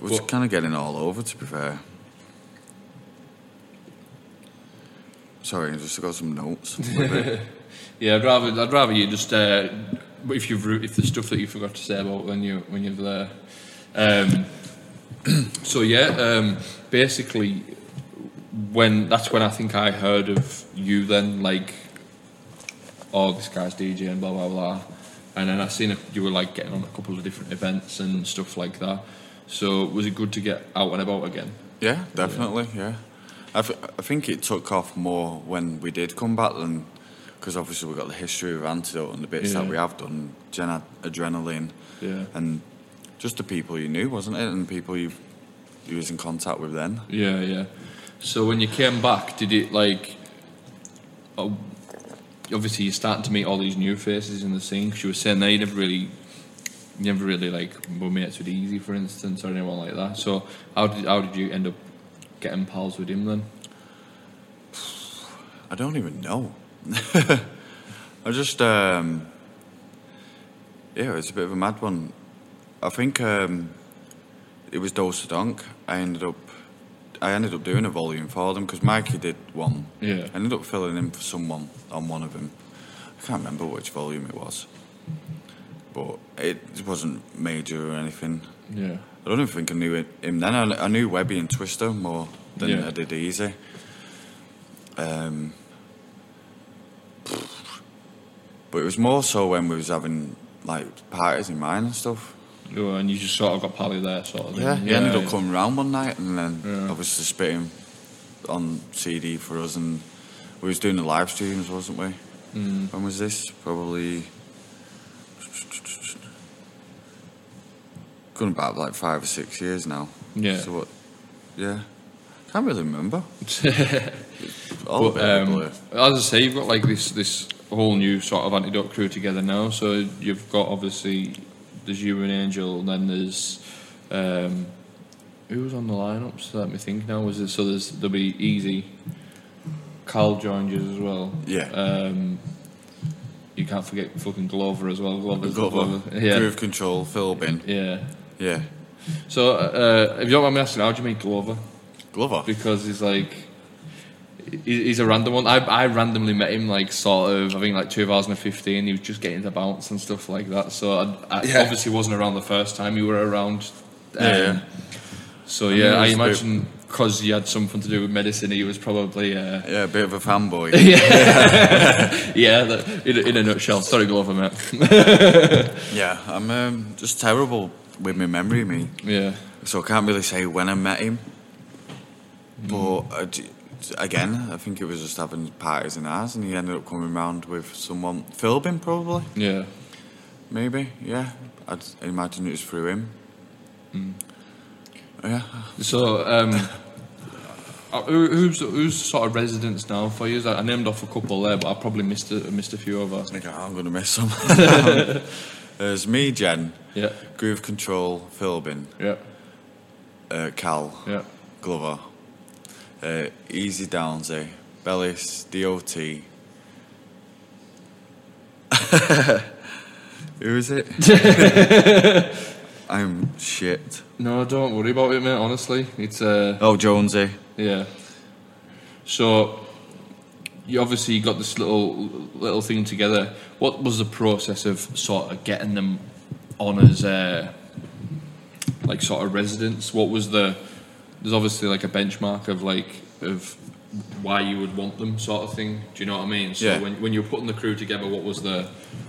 was What- kind of getting all over, to be fair. Sorry, I just got some notes. Yeah. I'd rather I'd rather you just uh, if you've re- if the stuff that you forgot to say about when you when you're there. Um, so yeah, um, basically, when that's when I think I heard of you. Then like, oh, this guy's DJ and blah blah blah. And then I seen it, you were like getting on a couple of different events and stuff like that. So was it good to get out and about again? yeah, definitely, yeah. I, th- I think it took off more when we did come back than because obviously we've got the history of Antidote and the bits Yeah. that we have done. Gen had Adrenaline. Yeah. And just the people you knew, wasn't it? And people you you was in contact with then. Yeah, yeah. So when you came back, did it like? Oh, obviously, you're starting to meet all these new faces in the scene. 'cause you were saying that you never really, you never really like were mates with Easy, for instance, or anyone like that. So how did how did you end up getting pals with him then? I don't even know. I just, um, yeah, it's a bit of a mad one. I think um, it was Dolce Donk. I ended up, I ended up doing a volume for them because Mikey did one. Yeah. I ended up filling in for someone on one of them. I can't remember which volume it was, but it wasn't major or anything. Yeah. I don't even think I knew it, him then. I, I knew Webby and Twister more than Yeah. I did Easy. Um, but it was more so when we was having like parties in mine and stuff. Oh, and you just sort of got Pally there, sort of. thing. Yeah, he ended yeah. up coming round one night and then Yeah. obviously spitting on CD for us and we was doing the live streams, wasn't we? Mm. When was this? Probably going back like five or six years now. Yeah. So what? Yeah. Can't really remember. All But, of it, um, I as I say, you've got like this this whole new sort of antidote crew together now. So you've got obviously there's you and Angel, and then there's um, who was on the lineups? Let me think now. Was it so? There's there'll be Easy. Carl joined you as well. Yeah. Um, you can't forget fucking Glover as well. Glover's Glover, Yeah. Groove Control, Philbin. Yeah. Yeah. So uh, if you don't mind me asking, how do you meet Glover? Glover. because he's like he- he's a random one. I, I randomly met him like sort of I think like 2015. He was just getting the bounce and stuff like that. So I, I Yeah. obviously wasn't around the first time you were around. Um, Yeah, yeah. So mean, yeah, I, it was a bit- imagine because you had something to do with medicine, he was probably uh, Yeah, a bit of a fanboy. yeah. That, in, a- in a nutshell, sorry, Glover, mate. yeah, I'm um, just terrible with my memory, me. yeah, so I can't really say when I met him. But I d- again, I think it was just having parties in ours, and he ended up coming round with someone, Philbin probably, yeah, maybe. Yeah, I'd imagine it was through him. Yeah, So, um, uh, who, who's who's sort of residence now for you? I named off a couple there, but I probably missed a, missed a few over. I think "Oh, I'm gonna miss some. There's me, Jen, Yeah, Groove Control, Philbin, yeah, uh, Cal, yeah, Glover, uh, Easy Downsy, Bellis, DOT. Who is it? I'm shit. No, don't worry about it, mate. Honestly, it's uh, Oh, Jonesy. yeah. So, you obviously got this little little thing together. What was the process of sort of getting them on as uh, like sort of residents? What was the there's obviously like a benchmark of like of why you would want them sort of thing. Do you know what I mean? So Yeah. when when you were putting the crew together, what was the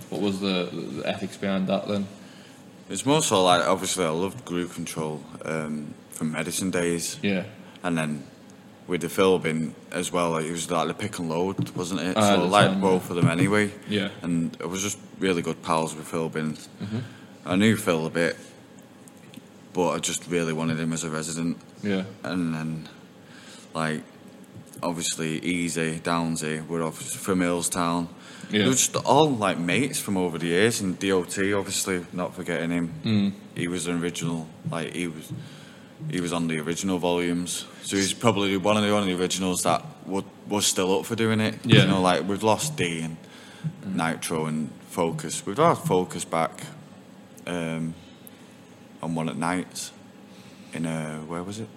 what was the, the ethics behind that then? It's more so like, obviously, I loved Groove Control um, from Medicine Days. Yeah. And then with the Philbin as well, like, it was like the pick and load, wasn't it? Ah, at so I the liked time, both of them anyway. Yeah. Mm-hmm. And I was just really good pals with Philbin. I knew Phil a bit, but I just really wanted him as a resident. Yeah. And then, like, obviously, Easy, Downsy, we're obviously from Hillstown. Yeah. They were just all like mates from over the years, and DOT, obviously, not forgetting him. Mm. He was an original, like, he was. He was on the original volumes, so he's probably one of the only originals that would, was still up for doing it. Yeah. You know, like we've lost D and Nitro and Focus. We've had Focus back um, on one at night in uh, where was it?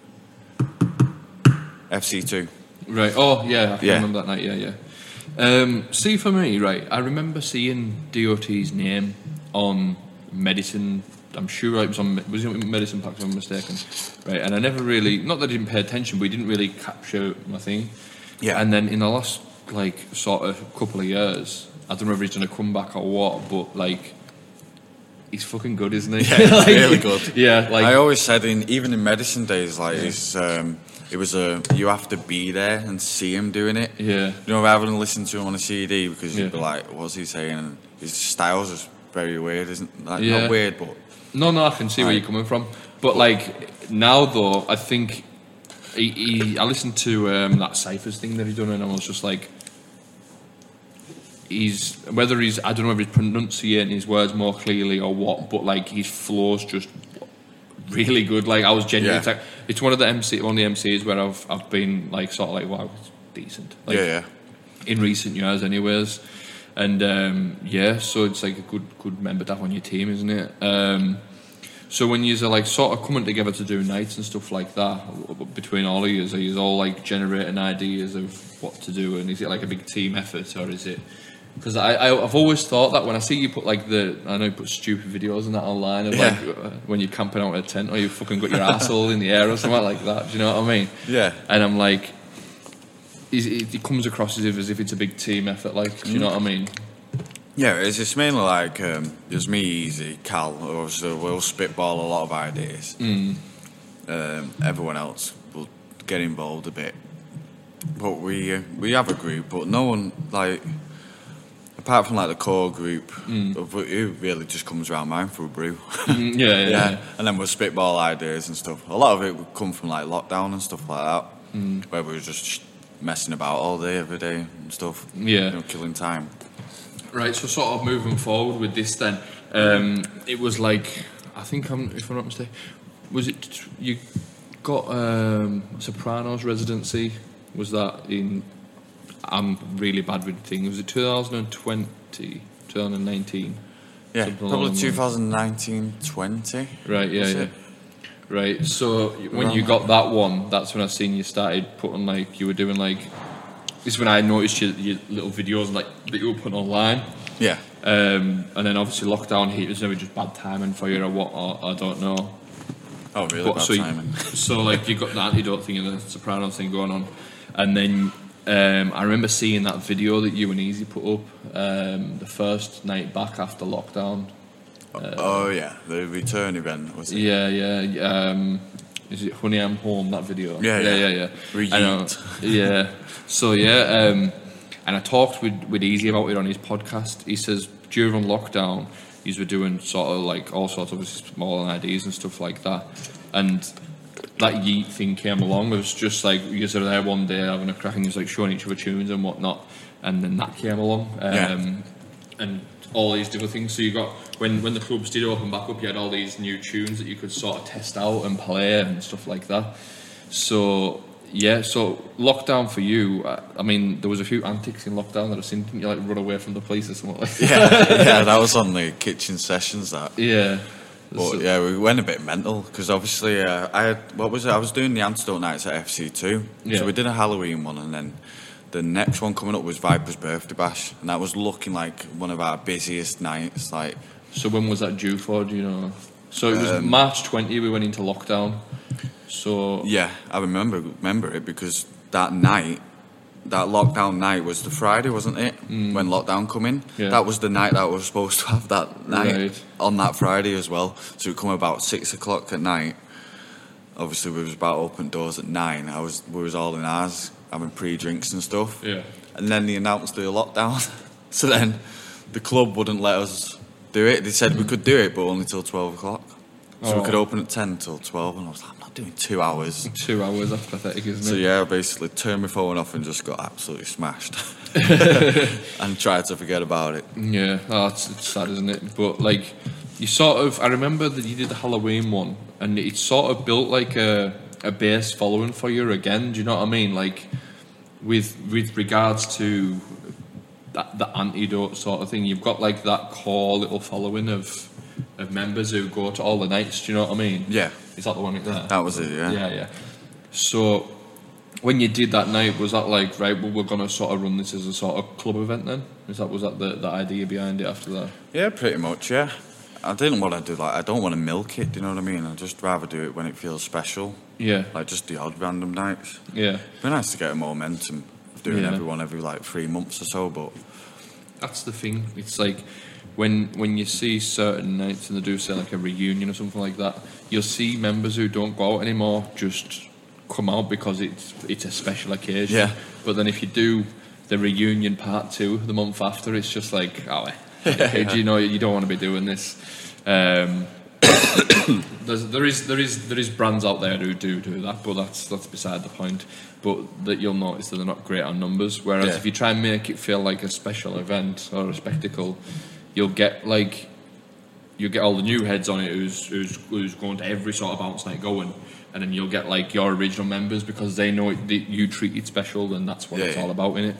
FC2. Right. Oh, yeah. I can Yeah. remember that night. Yeah, yeah. Um, see, for me, right, I remember seeing DOT's name on medicine. I'm sure it was on was it medicine packs, if I'm mistaken. Right, and I never really, not that I didn't pay attention, but it didn't really capture my thing. Yeah. And then in the last, like, sort of couple of years, I don't know if he's done a comeback or what, but, like, he's fucking good, isn't he? Yeah, he's Like, really good. Yeah, like, I always said in even in medicine days, like it's, um, it was a you have to be there and see him doing it. Yeah. You know, rather than listen to him on a CD because you'd Yeah. be like, what's he saying? And his styles is very weird, isn't like Yeah. not weird, but No, no, I can see where Right. you're coming from. But like now, though, I think he, he, I listened to um, that Cyphers thing that he done, and I was just like, he's whether he's I don't know if he's pronunciating his words more clearly or what, but like his flows just really good. Like I was genuinely, Yeah. tech- it's one of the MC, one of the MCs where I've I've been like sort of like wow, it's decent. Like, yeah, yeah. in recent years, anyways. And um, yeah, so it's like a good good member to have on your team, isn't it? Um, So when you are like sort of coming together to do nights and stuff like that between all of you, are you all like generating ideas of what to do, and is it like a big team effort or is it? Because I, I I've always thought that when I see you put like the I know you put stupid videos and that online of like Yeah. uh, when you're camping out in a tent or you fucking got your asshole in the air or something like that. Do you know what I mean? Yeah. And I'm like, is it, it comes across as if as if it's a big team effort. Like, do you know what I mean? Yeah, it's just mainly like um, there's me, Easy, Cal. Obviously, we'll spitball a lot of ideas. Mm. Um, everyone else will get involved a bit, but we uh, we have a group, but no one like apart from like the core group, of who- who really just comes around mine for a brew. Mm, yeah, yeah, yeah. and then we'll spitball ideas and stuff. A lot of it would come from like lockdown and stuff like that, Mm. where we were just sh- messing about all day, every day and stuff. Yeah. you know, killing time. Right, so sort of moving forward with this then, um, it was like, I think I'm, if I'm not mistaken, was it, t- you got um, Sopranos residency, was that in, I'm really bad with things, was it 2020, 2019? Yeah, Something along probably those- 2019 20. Right, yeah, Was yeah. it? Right, so when you Wrong. got that one, that's when I seen you started putting like, you were doing like, this is when I noticed your, your little videos like that you were putting online. Yeah. Um, and then obviously lockdown hit was maybe just bad timing for you or what, or, I don't know. Oh, really bad so, you- timing. so like you got the antidote thing and the Sopranos thing going on, and then um, I remember seeing that video that you and Easy put up um, the first night back after lockdown. oh, yeah. The return event was it? uh, Yeah, yeah. Um, is it Honey I'm Home? That video. Yeah, yeah, yeah. yeah. yeah. Reheat. I know. Yeah. So yeah, um, and I talked with with Easy about it on his podcast. He says during lockdown, he's were doing sort of like all sorts of small ideas and stuff like that, and. That yeet thing came along. It was just like you guys are there one day having a crack and you was like showing each other tunes and whatnot, and then that came along. Um, Yeah. and all these different things. So you got when when the clubs did open back up, you had all these new tunes that you could sort of test out and play and stuff like that. So yeah, so lockdown for you. I, I mean, there was a few antics in lockdown that I've seen. Didn't you like run away from the police or something like that? yeah, yeah, that was on the kitchen sessions, that. Yeah. But So- yeah, we went a bit mental because obviously uh, I had, what was it? I was doing the antidote nights at FC2. Yeah. So we did a Halloween one and then the next one coming up was Viper's birthday bash and that was looking like one of our busiest nights. Like, So when was that due for? Do you know? So it was Um, March twenty. We went into lockdown. So yeah, I remember remember it because that night, that lockdown night was the Friday, wasn't it? When lockdown come in, Mm. Yeah. that was the night that we were supposed to have that night Right. on that Friday as well. So we come about six o'clock at night. Obviously, we was about to open doors at nine. I was we was all in ours having pre drinks and stuff. Yeah. and then they announced the lockdown. so then the club wouldn't let us do it. They said we could do it, but only till twelve o'clock. So Oh. we could open at ten till twelve, and I was like, I'm not doing two hours. two hours. That's pathetic, isn't it? So yeah, I basically turned my phone off and just got absolutely smashed, and tried to forget about it. Yeah, oh, it's, it's sad, isn't it? But like, you sort of. I remember that you did the Halloween one, and it sort of built like a a base following for you again. Do you know what I mean? Like, with with regards to that the antidote sort of thing, you've got like that core little following of of members who go to all the nights. Do you know what I mean? Yeah, Is that the one? There? that was it. Yeah, Yeah, yeah. So when you did that night, was that like right? Well, we're gonna sort of run this as a sort of club event then. Is that was that the, the idea behind it after that? yeah, pretty much. Yeah, I didn't want to do like I don't want to milk it. Do you know what I mean? I would just rather do it when it feels special, Yeah, like just the odd random nights. yeah. It'd be nice to get a momentum of doing Yeah. everyone every like three months or so, but That's the thing. It's like when when you see certain nights and they do say like a reunion or something like that, you'll see members who don't go out anymore just come out because it's it's a special occasion. Yeah. But then if you do the reunion part two the month after, it's just like oh, eh, okay, do you know you don't want to be doing this. Um, there's, there is there is there is brands out there who do do that, but that's that's beside the point. But that you'll notice that they're not great on numbers. Whereas Yeah. if you try and make it feel like a special event or a spectacle, you'll get like you'll get all the new heads on it who's who's who's going to every sort of bounce night going, and then you'll get like your original members because they know it, that you treat it special, and that's what Yeah, it's yeah. all about in it.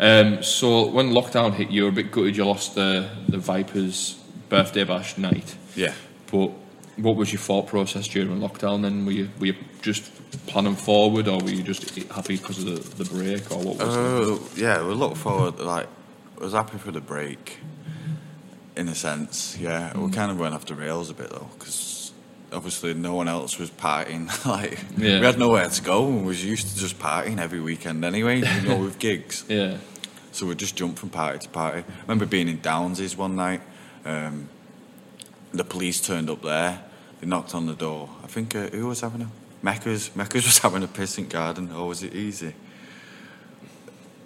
Um, so when lockdown hit, you were a bit gutted. You lost the the Vipers birthday bash night yeah, but What was your thought process during lockdown? Then were you were you just planning forward, or were you just happy because of the, the break, or what was it? Uh, yeah, we look forward. Like, I was happy for the break, in a sense. Yeah, we kind of went off the rails a bit though, because obviously no one else was partying. like, Yeah. we had nowhere to go, and was used to just partying every weekend anyway. You know, with gigs, Yeah, so we just jumped from party to party. I remember being in Downsy's one night. Um, the police turned up there. They knocked on the door. I think uh, who was having a Mecca's Mecca's was having a pissant garden. Or was it easy?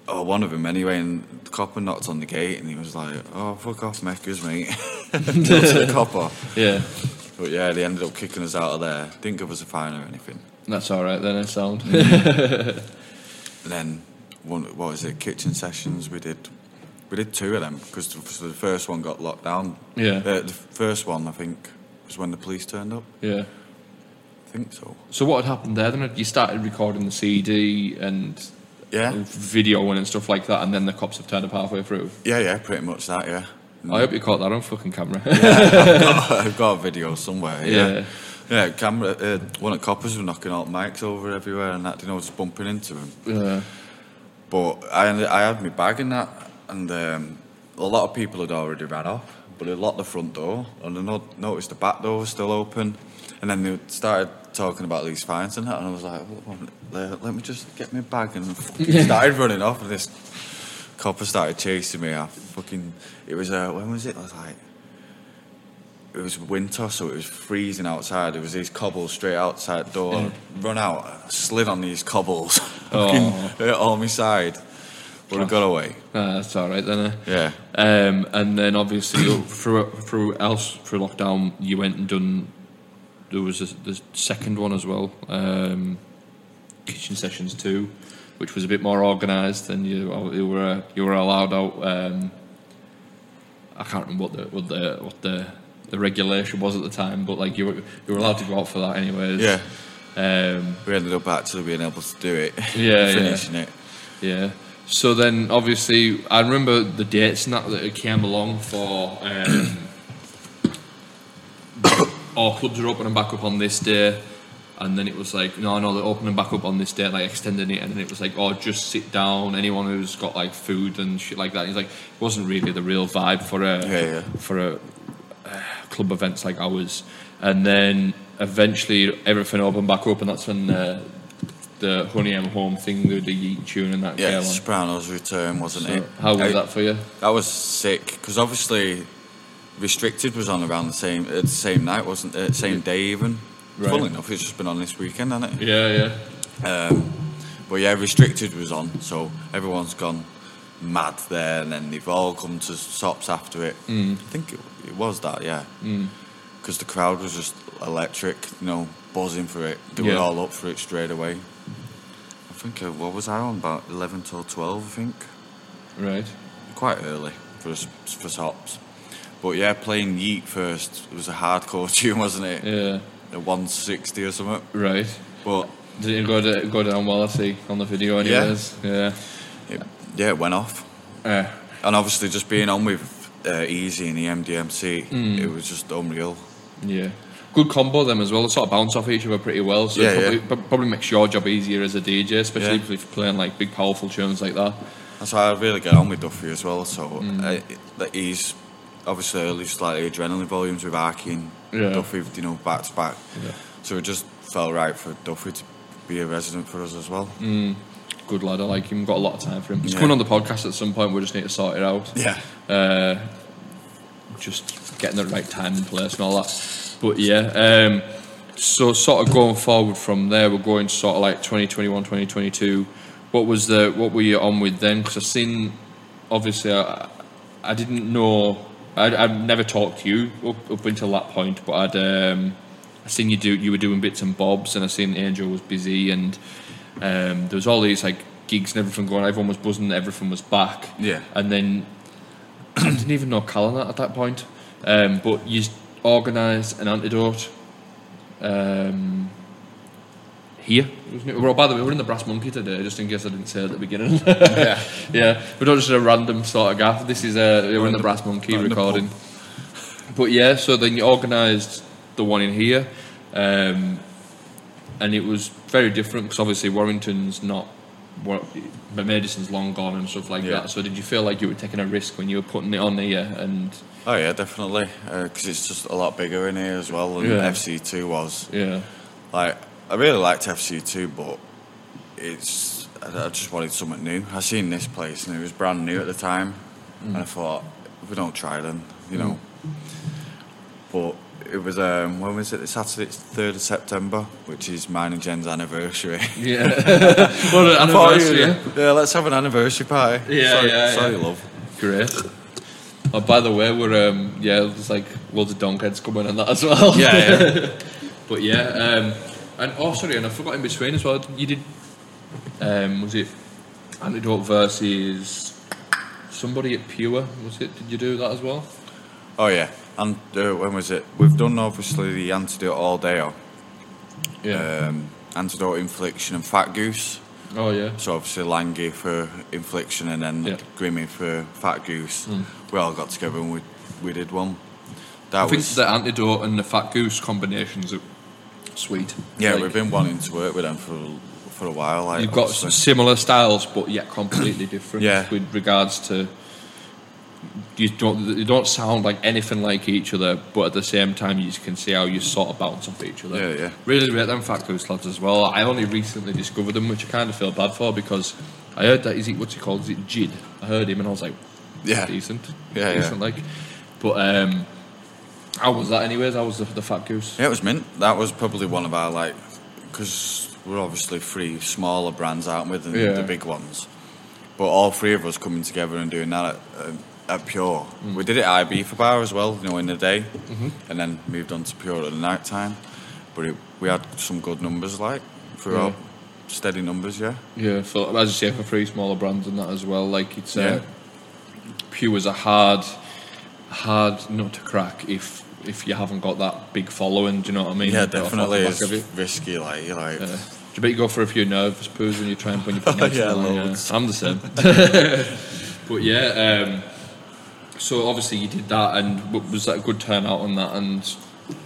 Oh, one of them anyway. And the copper knocked on the gate, and he was like, "Oh, fuck off, Mecca's mate." Tilted the copper. yeah. But yeah, they ended up kicking us out of there. Didn't give us a fine or anything. That's all right then. I sound. Mm. And then one, what was it? Kitchen sessions. We did, we did two of them because the, so the first one got locked down. Yeah. Uh, the first one I think was when the police turned up. yeah. I think so. So what had happened there? Then you started recording the CD and Yeah. videoing and stuff like that, and then the cops have turned up halfway through. Yeah, yeah, pretty much that. Yeah. Mm. I hope you caught that on fucking camera. I've got a video somewhere. Yeah. Yeah. Yeah, camera. Uh, one of the coppers was knocking all the mics over everywhere and that. You know, just bumping into him. Yeah. But I, I had my bag in that, and um, a lot of people had already ran off. But they locked the front door, and I no- noticed the back door was still open. And then they started talking about these fines and that, and I was like, "Hold on, le- let me just get my bag. And fucking started running off, and this copper started chasing me. I fucking, it was, uh, when was it? I was like, it was winter, so it was freezing outside. There was these cobbles straight outside door. Run out, I slid on these cobbles, Oh. fucking hurt all my side. But I got away. Ah, that's all right then. eh? Yeah. Um, and then obviously you- through through else through lockdown, you went and done. There was a, the second one as well, um, kitchen sessions two, which was a bit more organised, and you you were uh, you were allowed out. Um, I can't remember what the what the what the the regulation was at the time, but like you were you were allowed to go out for that anyways. Yeah. Um, We ended up actually being able to do it. Yeah, Finishing it. Yeah. So then, obviously, I remember the dates and that that came along for. Um, all clubs are opening back up on this day, and then it was like, no, no, they're opening back up on this day, like extending it, and then it was like, oh, just sit down. Anyone who's got like food and shit like that. It's like it wasn't really the real vibe for a Yeah, yeah. for a club events like ours. And then eventually everything opened back up, and that's when uh, the Honey I'm Home thing, the, the Yeet tune, and that Yeah, came on. Sopranos return, wasn't So it? how was I- that for you? That was sick because obviously Restricted was on around the same uh, the same night, wasn't it? Same day even. Right. Funnily enough, it's just been on this weekend, hasn't it? Yeah, yeah. Um, But yeah, Restricted was on, so everyone's gone mad there, and then they've all come to stops after it. Mm. I think it, it was that, yeah. Mm. Because the crowd was just electric, you know, buzzing for it. They Yeah. were all up for it straight away. I think, uh, what was I on? About 11 till 12, I think Right. quite early for us- for tops. But yeah, playing Yeet first was a hardcore tune, wasn't it? Yeah. A 160 or something. Right. But Did it go, d go down well, I see, on the video Yeah. anyways? Yeah. it, yeah, it went off. Yeah. And obviously, just being on with uh, Easy and the MDMC, Mm. it was just unreal. Eh, yeah. Good combo them as well. They sort of bounce off each other pretty well. So Yeah, it probably, yeah. prob- probably makes your job easier as a DJ, especially Yeah. if you're playing like big, powerful tunes like that. That's how I really get on with Duffy as well. So Mm. uh, that he's obviously early slightly adrenaline volumes with Arky and Yeah. Duffy, you know, back to back. Yeah. So it just felt right for Duffy to be a resident for us as well. Mm. Good lad, I like him. Got a lot of time for him. He's Yeah. coming on the podcast at some point. We just need to sort it out. Yeah. uh, just getting the right time and place and all that. But yeah, um, so sort of going forward from there, we're going sort of like 2021, 2022. What was the what were you on with then? Because I've seen, obviously, I, I didn't know. I'd, I'd never talked to you up, up until that point, but I'd um, I seen you do you were doing bits and bobs, and I seen Angel was busy, and um, there was all these like gigs and everything going. on. Everyone was buzzing, everything was back. Yeah. and then I didn't even know Callan at that point. Um, but you organised an antidote um, here. wasn't it? Well, by the way, we're in the Brass Monkey today, just in case I didn't say at the beginning. yeah. yeah, we're not just a random sort of gaff. This is a, we're in the Brass Monkey not in the recording. But yeah, so then you organised the one in here, um, and it was very different because obviously Warrington's not, War- but Madison's long gone and stuff like Yeah. that. So did you feel like you were taking a risk when you were putting it on here? And Oh yeah, definitely, because it's just a lot bigger in here as well than Yeah. FC two was. yeah, Like, I really liked FC two, but it's I, I just wanted something new. I seen this place and it was brand new at the time, Mm. and I thought if we don't try then, you know. But it was um, when was it? It's Saturday, it's third of September, which is mine and Jen's anniversary. yeah. what an Thought, anniversary! yeah, yeah, let's have an anniversary party. Yeah, sorry, yeah, sorry, yeah. love. Great. Oh, by the way, we're um, yeah, there's like loads of donkheads coming and that as well. Yeah, but yeah, um, and oh, sorry, and I forgot in between as well. You did, um, was it antidote versus somebody at Pure? Was it? Did you do that as well? Oh yeah, and uh, when was it? We've done obviously the antidote all day, or um, antidote infliction and fat goose. oh yeah. So obviously Langy for infliction and then Yeah. Mm. Grimmy for fat goose. We all got together and we we did one. That I think was the antidote and the fat goose combinations are sweet. yeah. Like, we've been wanting to work with them for for a while. Like, You've got obviously. similar styles, but yet completely different. Yeah. With regards to you don't you don't sound like anything like each other, but at the same time you can see how you sort of bounce off each other. Yeah, yeah. Really rate them Fat Goose lads as well. I only recently discovered them, which I kind of feel bad for because I heard that is it what's he called? Is it Jid? I heard him and I was like, Yeah. decent, Yeah, yeah. decent like. But um, how was that anyways? How was the, the Fat Goose? Yeah, it was mint. That was probably one of our like, because we're obviously three smaller brands out with than Yeah. the big ones, but all three of us coming together and doing that at, um, at Pure. Mm. We did it at IB for Bar as well, you know, in the day, Mm-hmm. and then moved on to Pure at the night time. But it, we had some good numbers, like throughout, steady numbers, yeah. Yeah, so as you say, for three smaller brands and that as well, like it's uh, Yeah. Pew is a hard, hard nut to crack if if you haven't got that big following. Do you know what I mean? Yeah, Off the definitely. back It's of it. risky, like you're like. Uh, do you bet you go for a few nervous poos when you try and when you put next Oh, Yeah, to them, loads. I'm the same. but yeah, um, so obviously you did that, and w- was that a good turnout on that, and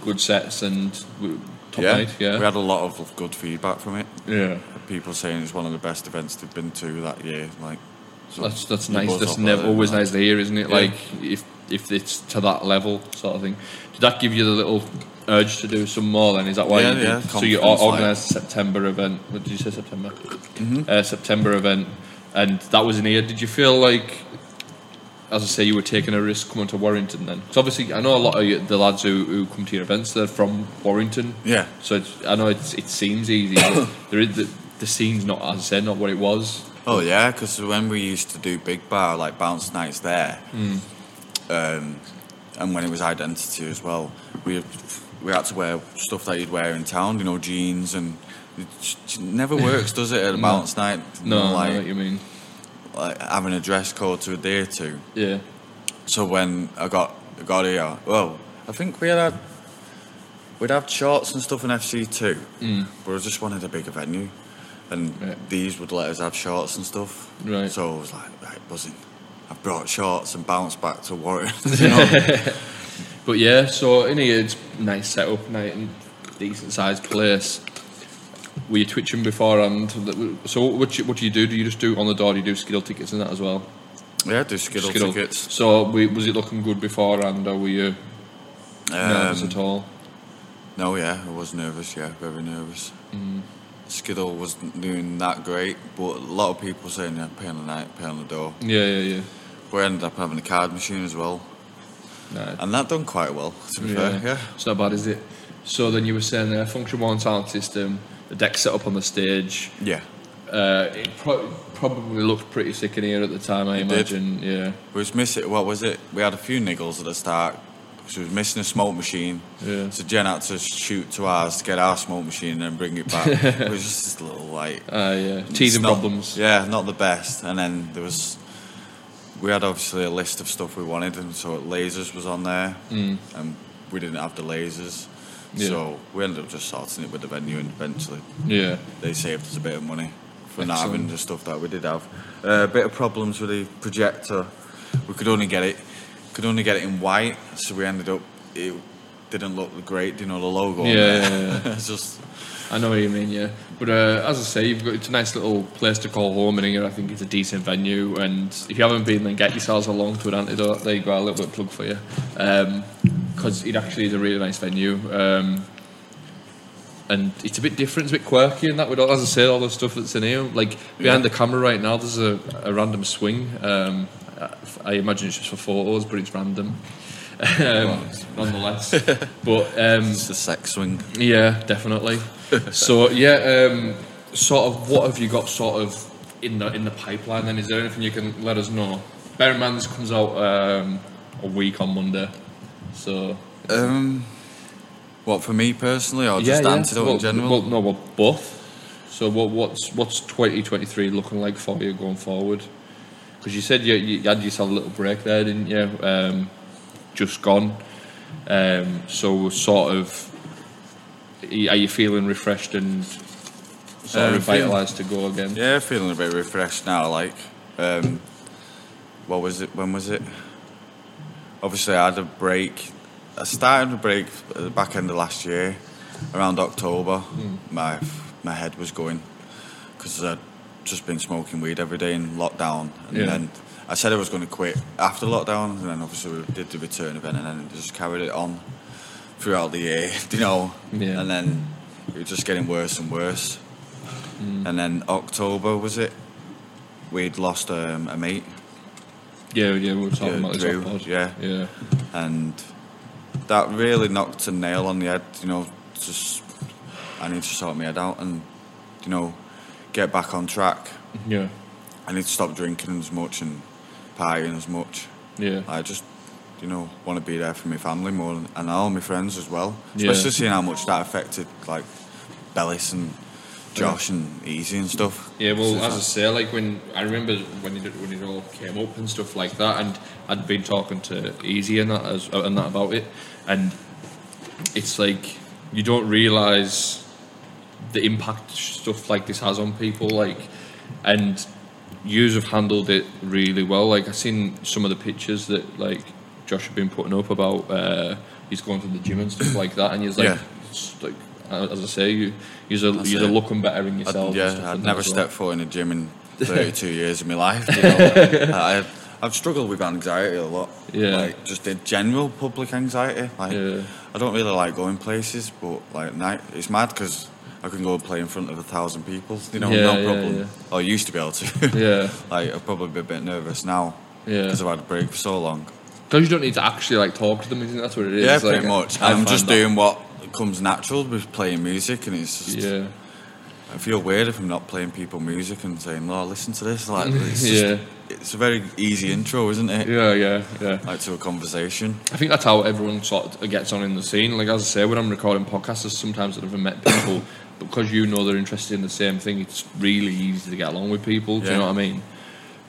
good sets, and w- top yeah, eight, yeah, we had a lot of good feedback from it. yeah. People saying it's one of the best events they've been to that year. Like, so That's that's you nice. buzz That's off never that, always like- nice to hear, isn't it? Yeah. Like if if it's to that level sort of thing. Did that give you the little urge to do some more? Then is that why? Yeah, you did? yeah, So you confidence, like- Mm-hmm. organised a September event. What did you say? September. Uh, September event, and that was in here. Did you feel like? As I say, you were taking a risk coming to Warrington then. Because obviously, I know a lot of you- the lads who, who come to your events, they're from Warrington. Yeah. So it's, I know it's, it seems easy. but there is, the, the scene's not, as I said, not what it was. Oh yeah, because when we used to do big bar like bounce nights there, Hmm. um, and when it was identity as well, we we had to wear stuff that you'd wear in town, you know, jeans and. It just never works, does it? At a bounce night, you No, know, I know like, what you mean. like having a dress code to adhere to. Yeah. So when I got I got here, well, I think we had we'd have shorts and stuff in FC two, mm. but I just wanted a bigger venue, and Right. these would let us have shorts and stuff. Right. So I was like, right, buzzing. I brought shorts and bounced back to Warren. you know? But yeah, so in here it's nice setup, nice and decent sized place. Were you twitching beforehand? So what do you, what do you do? Do you just do it on the door? Do you do skittle tickets and that as well? yeah, do skittle, tickets. So we, was it looking good beforehand, or were you nervous Um, at all? No, yeah, I was nervous. Yeah, very nervous. Skittle wasn't doing that great, but a lot of people saying, yeah, pay on the night, pay on the door. Yeah, yeah, yeah. We ended up having a card machine as well, Nah, and that done quite well, to be fair. Yeah. It's not bad, is it? So then you were saying there, function one sound system, the deck set up on the stage. Yeah. Uh, it pro- probably looked pretty sick in here at the time, I It did. imagine. Yeah. We was missing, what was it? We had a few niggles at the start because we was missing a smoke machine. Yeah. So Jen had to shoot to ours to get our smoke machine and then bring it back. it was just a little like. Uh, yeah. Teasing it's not- problems. Yeah, not the best. And then there was, we had obviously a list of stuff we wanted and so lasers was on there and we didn't have the lasers. Mm. Yeah. So we ended up just sorting it with the venue and eventually Yeah. they saved us a bit of money for not Excellent. having the stuff that we did have. Uh, a bit of problems with the projector. We could only get it, could only get it in white, so we ended up. It, didn't look great. You know the logo. on Yeah, there. yeah, yeah, it's just I know what you mean, yeah. But uh, as I say, you've got it's a nice little place to call home in England. I think it's a decent venue, and if you haven't been, then get yourselves along to an antidote. There you go, a little bit of plug for you, because it actually is a really nice venue. Um, and it's a bit different, it's a bit quirky, and that would, as I said, all the stuff that's in here. Like behind the camera right now, there's a, a random swing. Um, I- I imagine it's just for photos, but it's random. Um, nonetheless, but um, it's a sex swing. yeah, definitely. so yeah, um, sort of. What have you got sort of in the in the pipeline? Then is there anything you can let us know? Bear in mind this comes out um, a week on Monday, so Um, what for me personally, or just antidote well, in general? Well, no, well, both. So what what's what's twenty twenty three looking like for you going forward? Because you said you, you had yourself a little break there, didn't you? Um, just gone. Um, so we're sort of, are you feeling refreshed and sort Um, of revitalised to go again? Yeah, feeling a bit refreshed now. Like, um, what was it? When was it? Obviously, I had a break. I started a break at the back end of last year, around October. My my head was going because I'd just been smoking weed every day in lockdown, and Yeah. then I said I was going to quit after lockdown, and then obviously we did the return event, and then just carried it on throughout the year, you know, Yeah. and then it was just getting worse and worse. And then October was it? We'd lost um, a mate, yeah, yeah. We were talking Yeah, about this Drew, off pod. yeah. yeah. and that really knocked a nail on the head. You know, just I need to sort my head out and you know get back on track. Yeah, I need to stop drinking as much and partying as much. yeah, I just you know want to be there for my family more than, and all my friends as well. Yeah. Especially seeing how much that affected like Bellis and Josh and Easy and stuff. yeah. Well, So as I say, like when I remember when it when it all came up and stuff like that, and I'd been talking to Easy and that as, and that about it, and it's like you don't realize the impact stuff like this has on people like and yous have handled it really well like i've seen some of the pictures that like josh had been putting up about uh he's going to the gym and stuff like that and he's like, Yeah. s- like as i say you you're, That's you're it. looking better in yourself and stuff yeah, like I'd that never as well. stepped foot in a gym in 32 years of my life. You know? I, I've struggled with anxiety a lot. Yeah. Like, just in general public anxiety. Like, Yeah. I don't really like going places, but like night, it's mad because I can go and play in front of a thousand people. You know, Yeah, no yeah, problem. yeah. Or used to be able to. Yeah. like, I'd probably be a bit nervous now. Yeah. Because I've had a break for so long. because you don't need to actually like talk to them isn't it? that's what it is yeah, It's like, pretty much. I I'm find just that- doing what comes natural with playing music, and it's just. yeah I feel weird if I'm not playing people music and saying, "Lord, listen to this." Like, it's just, Yeah. it's a very easy intro, isn't it? yeah yeah yeah Like to a conversation. I think that's how everyone sort of gets on in the scene. Like as I say, when I'm recording podcasts, there's sometimes I've met people because you know they're interested in the same thing. It's really easy to get along with people. Do you Yeah. know what I mean?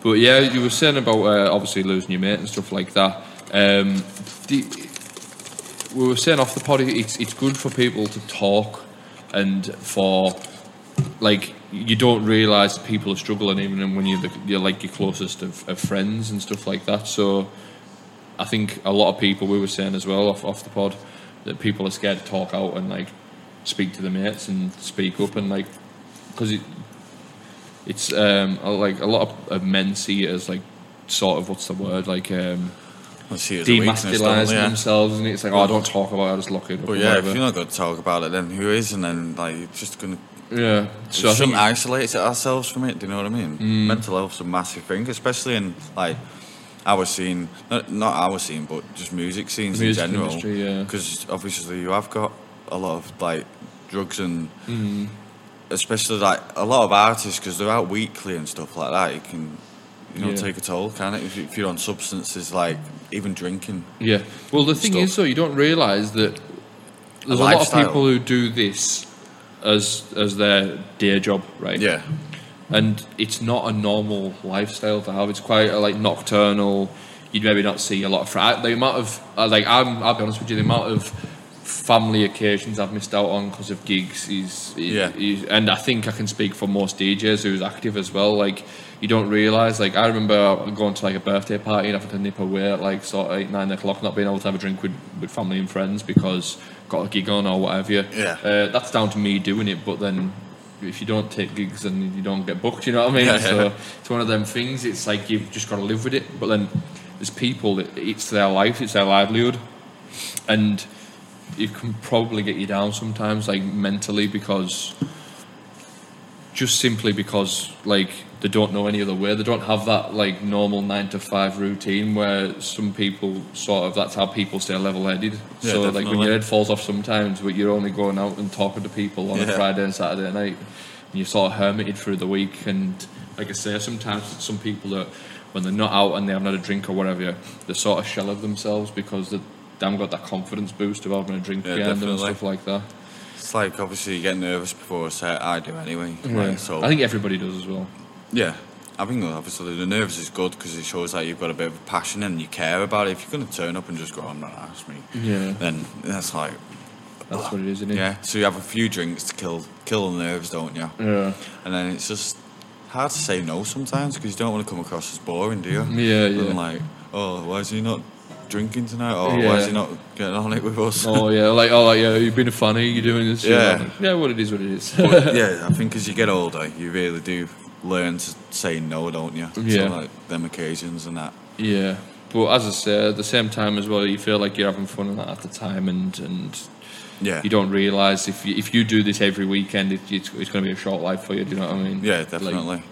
But yeah, you were saying about uh, obviously losing your mate and stuff like that. Um, the, we were saying off the pod, it's it's good for people to talk and for like you don't realize people are struggling even when you're, the, you're like your closest of, of friends and stuff like that. So. I think a lot of people we were saying as well off, off the pod that people are scared to talk out and like speak to their mates and speak up and like because it it's um a- like a lot of, of men see it as like sort of what's the word like um I see it as a weakness, don't demasculising they? yeah. themselves and it's like oh I don't talk about it I just lock it up But or yeah, if whatever. you're not going to talk about it, then who is? And then like, you're just going to. yeah so we I think shouldn't isolate ourselves from it. Do you know what I mean? Mm. Mental health's a massive thing, especially in like our scene, not, not our scene, but just music scenes The music in general. industry, yeah. Because obviously you have got a lot of like drugs and Mm. especially like a lot of artists because they're out weekly and stuff like that. It can you know Yeah. take a toll, can it? If, you- if you're on substances like even drinking. Yeah. Well, the thing stuff. is, though, you don't realise that there's a, lot of lifestyle. people who do this as as their day job, right? Yeah. And it's not a normal lifestyle to have. It's quite a, like nocturnal. You'd maybe not see a lot of fr- I- the amount of uh, like I'm. I'll be honest with you. The amount of family occasions I've missed out on because of gigs. He's, he- Yeah. he's- and I think I can speak for most DJs who's active as well. Like you don't realize. Like I remember going to like a birthday party and having to nip away at like sort of eight nine o'clock, not being able to have a drink with, with family and friends because got a gig on or whatever. Yeah. uh, that's down to me doing it. But then if you don't take gigs, then you don't get booked. You know what I mean? Yeah, yeah. so it's one of them things. It's like you've just got to live with it. But then there's people that it's their life, it's their livelihood, and it can probably get you down sometimes, like mentally, because just simply because like they don't know any other way. They don't have that like normal nine to five routine where some people sort of that's how people stay level headed. Yeah, so like when definitely. your head falls off sometimes, but you're only going out and talking to people on a Yeah. Friday and Saturday night, and you're sort of hermited through the week. And like I say, sometimes some people that when they're not out and they haven't had a drink or whatever, they sort of shell of themselves because they damn got that confidence boost of having a drink Yeah, behind them and definitely. stuff like that. It's like obviously you get nervous before a set. I do anyway. Like, so I think everybody does as well. yeah, I think uh, obviously the nerves is good because it shows that you've got a bit of passion and you care about it. If you're gonna turn up and just go, "Oh, I'm not ask me. Yeah. Then that's like That's what it is, isn't it? yeah. So you have a few drinks to kill kill the nerves, don't you? Yeah. And then it's just hard to say no sometimes because you don't want to come across as boring, do you? Yeah, yeah. And like, oh, why is he not drinking tonight? Or why Yeah. is he not getting on it with us? oh yeah, like oh like, yeah, you've been a funny, you're doing this. you're Yeah. that. yeah, what it is, what it is. But, yeah, I think as you get older, you really do learn to say no, don't you? Yeah. To like them occasions and that. yeah, but as I say, at the same time as well, you feel like you're having fun and that at the time, and and Yeah. you don't realise if you, if you do this every weekend, it, it's it's going to be a short life for you. Do you know what I mean? Yeah, Like- definitely.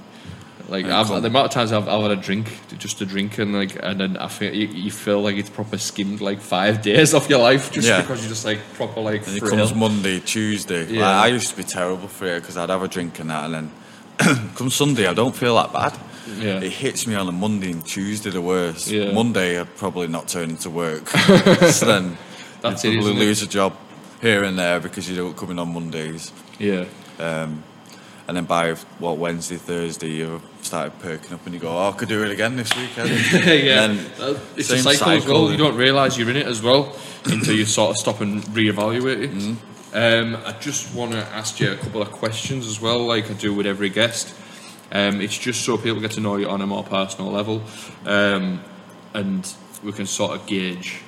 Like Yeah, I've, cool. the amount of times I've, I've had a drink, just a drink, and like, and then I feel you, you feel like it's proper skimmed like five days off your life just Yeah. because you're just like proper like. and it frail. comes Monday, Tuesday. Yeah. Like, I used to be terrible for it because I'd have a drink and that, and then come Sunday, I don't feel that bad. Yeah. It hits me on a Monday and Tuesday the worst. Yeah. Monday, I'd probably not turn into work. so then That's you'd it, probably isn't it? lose a job here and there because you don't come in on Mondays. Yeah. And then by what Wednesday, Thursday, you started perking up, and you go, "Oh, I could do it again this weekend." yeah, And then Uh, it's a same cycle, as well. You and- don't realise you're in it as well until you sort of stop and reevaluate it. Mm-hmm. Um, I just want to ask you a couple of questions as well, like I do with every guest. Um, it's just so people get to know you on a more personal level, um, and we can sort of gauge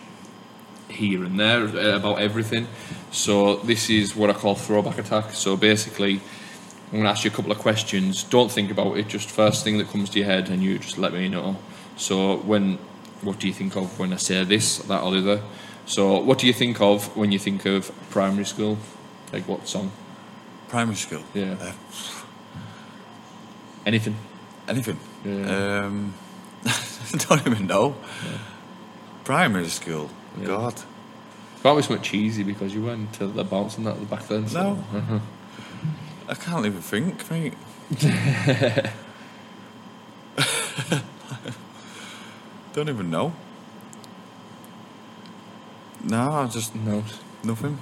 here and there uh, about everything. So this is what I call throwback attack. So basically, I'm going to ask you a couple of questions. Don't think about it. Just first thing that comes to your head, and you just let me know. So when, what do you think of when I say this, that, or the other? So what do you think of when you think of primary school? Like what song? primary school. Yeah. Uh, Anything? anything. Yeah. Um, I don't even know. Primary school. God. Can't be so much cheesy because you went to the bounce and that at the back then. So. No. I can't even think, mate. don't even know. No, I just No. nothing.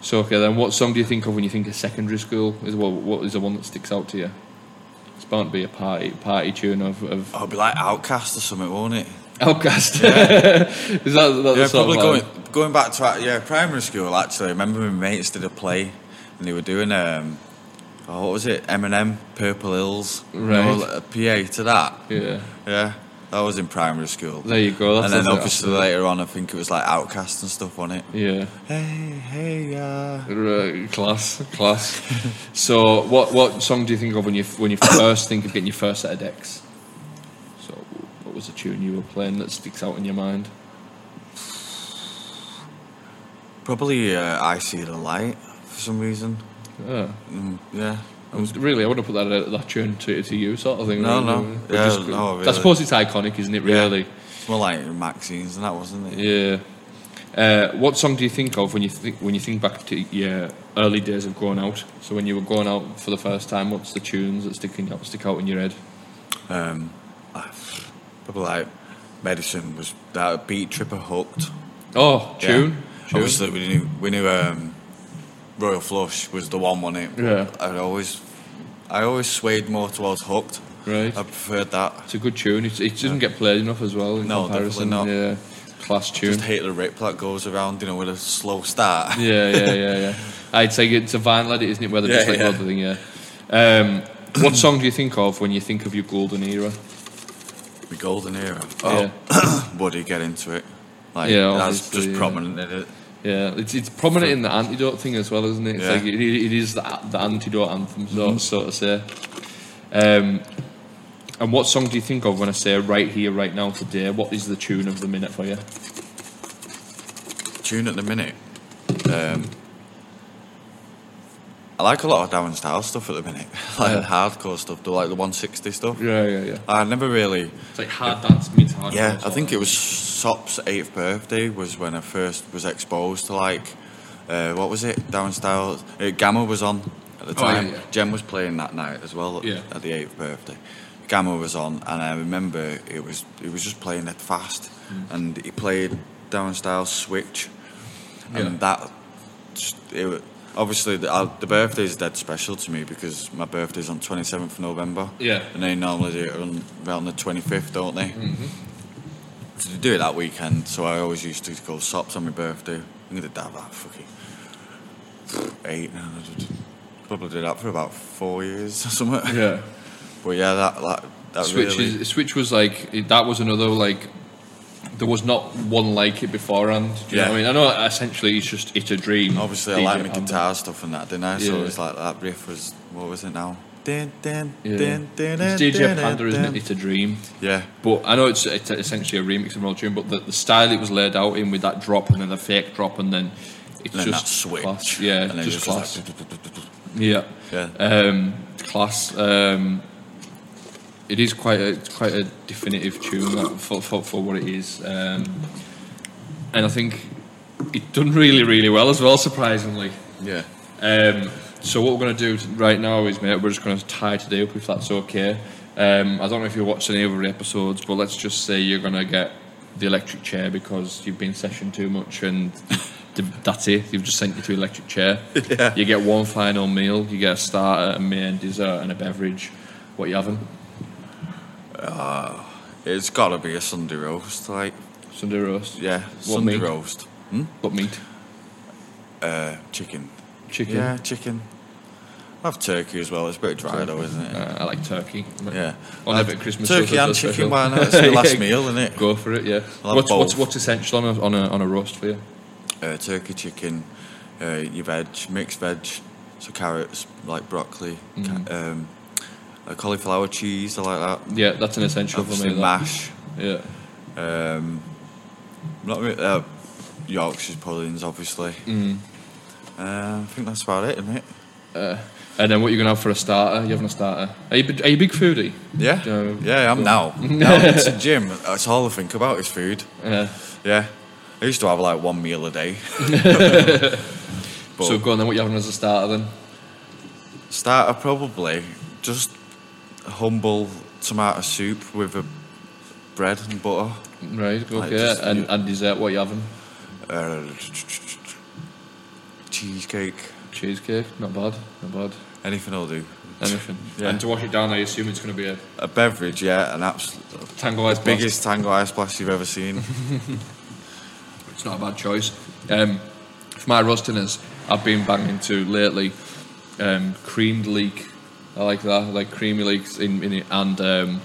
So okay then, what song do you think of when you think of secondary school? Is what what is the one that sticks out to you? It's bound to be a party party tune of, of I'll be like outcast or something, won't it? Outcast. is that, that Yeah, the sort probably of going vibe? going back to uh, yeah primary school. Actually, I remember my mates did a play, and they were doing um, oh what was it? Eminem, Purple Hills, you Right. know, like a PA to that. Yeah, Yeah, that was in primary school. there you go. That's and then that's it, obviously later on, I think it was like Outcast and stuff on it. Yeah, Hey, hey, uh, Right, class, class. so what what song do you think of when you when you first think of getting your first set of decks? So what was the tune you were playing that sticks out in your mind? probably uh, I see the light for some reason. Yeah. Mm, yeah, Really, Ah, I would have put that uh, that tune to to you, sort of thing. No, really. no. But Yeah, no, I really. suppose it's iconic, isn't it? Really. it's more like Maxine's and that wasn't it? Yeah. Uh, what song do you think of when you think when you think back to your early days of going out? So when you were going out for the first time, what's the tunes that sticking out stick out in your head? Um, ah, probably like Medicine was that beat tripper hooked. Oh, Yeah. tune. Tune. Obviously, we knew we knew um, Royal Flush was the one on it. Yeah. I always, I always swayed more towards Hooked. Right. I preferred that. It's a good tune. It's, it doesn't get played enough as well. In No, comparison. definitely not. Yeah. class tune. Just hate the rip that goes around, you know, with a slow start. Yeah, yeah, yeah, yeah. I'd say it's a vinyl edit, isn't it? Where they Yeah, just like yeah. yeah. thing, yeah. Um, what song do you think of when you think of your golden era? The golden era. Oh, Woody, get into it. Like, Yeah, that's obviously, just yeah. prominent in it. Yeah, it's, it's prominent in the antidote thing as well, isn't it? It's Yeah. Mm-hmm. like it, it is the, the antidote anthem, so, so to say. Um, and what song do you think of when I say right here, right now, today? What is the tune of the minute for you? Tune at the minute. Um, I like a lot of Darren Styles stuff at the minute, like Yeah. hardcore stuff, the, like the 160 stuff. Yeah, yeah, yeah. I never really. It's like hard dance meets hard. Yeah, dance, I think like it was Sop's eighth birthday was when I first was exposed to like, uh, what was it? Darren Styles, uh, Gamma was on at the Oh, yeah, time. yeah. Jem was playing that night as well at, Yeah. at the eighth birthday. Gamma was on, and I remember it was he was just playing it fast, Mm. and he played Darren Styles Switch, and Yeah. that just, it, wa- obviously the, uh, the birthday is dead special to me because my birthday's on 27th of November. Yeah. And they normally do it on, around the 25th, don't they? Mm-hmm. So they do it that weekend. So I always used to go sops on my birthday. I'm going to dab that fucking eight. and I did- Probably did that for about four years or something. Yeah. But yeah, that that, that Switch really. is, Switch was like it, that was another like there was not one like it beforehand. Do you know what I mean? Yeah. I know essentially it's just it's a dream. Obviously, I DJ like my album. guitar stuff and that, didn't I? Yeah. So it's like that riff was what was it now? Dun, dun, Yeah. dun, dun, It's dun, DJ dun, Panda, isn't dun. it? It's a dream. Yeah. But I know it's, it's essentially a remix of an old tune, but the, the style it was laid out in with that drop and then the fake drop and then it's Then just that switch. class. Yeah, and then just you're class. like, yeah. Yeah. Um, class. Um, it is quite a it's quite a definitive tune that, for, for for what it is, um, and I think it done really really well as well. Surprisingly. yeah. Um, so what we're going to do t- right now is, mate, we're just going to tie today up if that's okay. Um, I don't know if you watched any other episodes, but let's just say you're going to get the electric chair because you've been sessioned too much and th- that's it. You've just sent you to electric chair. You get one final meal. You get a starter, a main, dessert, and a beverage. What you having? It's got to be a Sunday roast, like Sunday roast. yeah, What Sunday meat? roast. Hmm? What meat? Uh, chicken. Chicken. Yeah, chicken. I have turkey as well. It's a bit dry though, isn't it? Uh, I like turkey. yeah. I'll I'll have have it at Christmas. turkey so and it's so special. chicken, why not? It's your last Yeah, meal, isn't it? Go for it, yeah. I'll have What's, what's, both. what's essential on a, on, a, on a roast for you? Uh, turkey, chicken, uh, your veg, mixed veg, so carrots, like broccoli, ca- um, uh, cauliflower cheese, I like that. Yeah, that's an essential for Obviously me. that. mash. Yeah, Not really, uh, Yorkshire puddings, obviously. Uh, I think that's about it, isn't it? and then what you gonna have for a starter? You having a starter? Are you bi- are you a big foodie? Yeah, So- yeah, I'm now. Now it's a gym. That's all I think about is food. Yeah. Yeah, I used to have like one meal a day. but so go on then. What you having as a starter then? starter probably just humble tomato soup with a bread and butter. Right. Okay. Like, just- and and dessert. What you having? Uh, cheesecake. Cheesecake. Not bad. Not bad. Anything I'll do. Anything. Yeah. And to wash it down, I assume it's gonna be a A beverage, yeah, an absolute tango ice. blast. biggest tango ice blast you've ever seen. It's not a bad choice. Um, for my roast dinners, I've been banging to lately um, creamed leek. I like that. I like creamy leeks in, in it and um,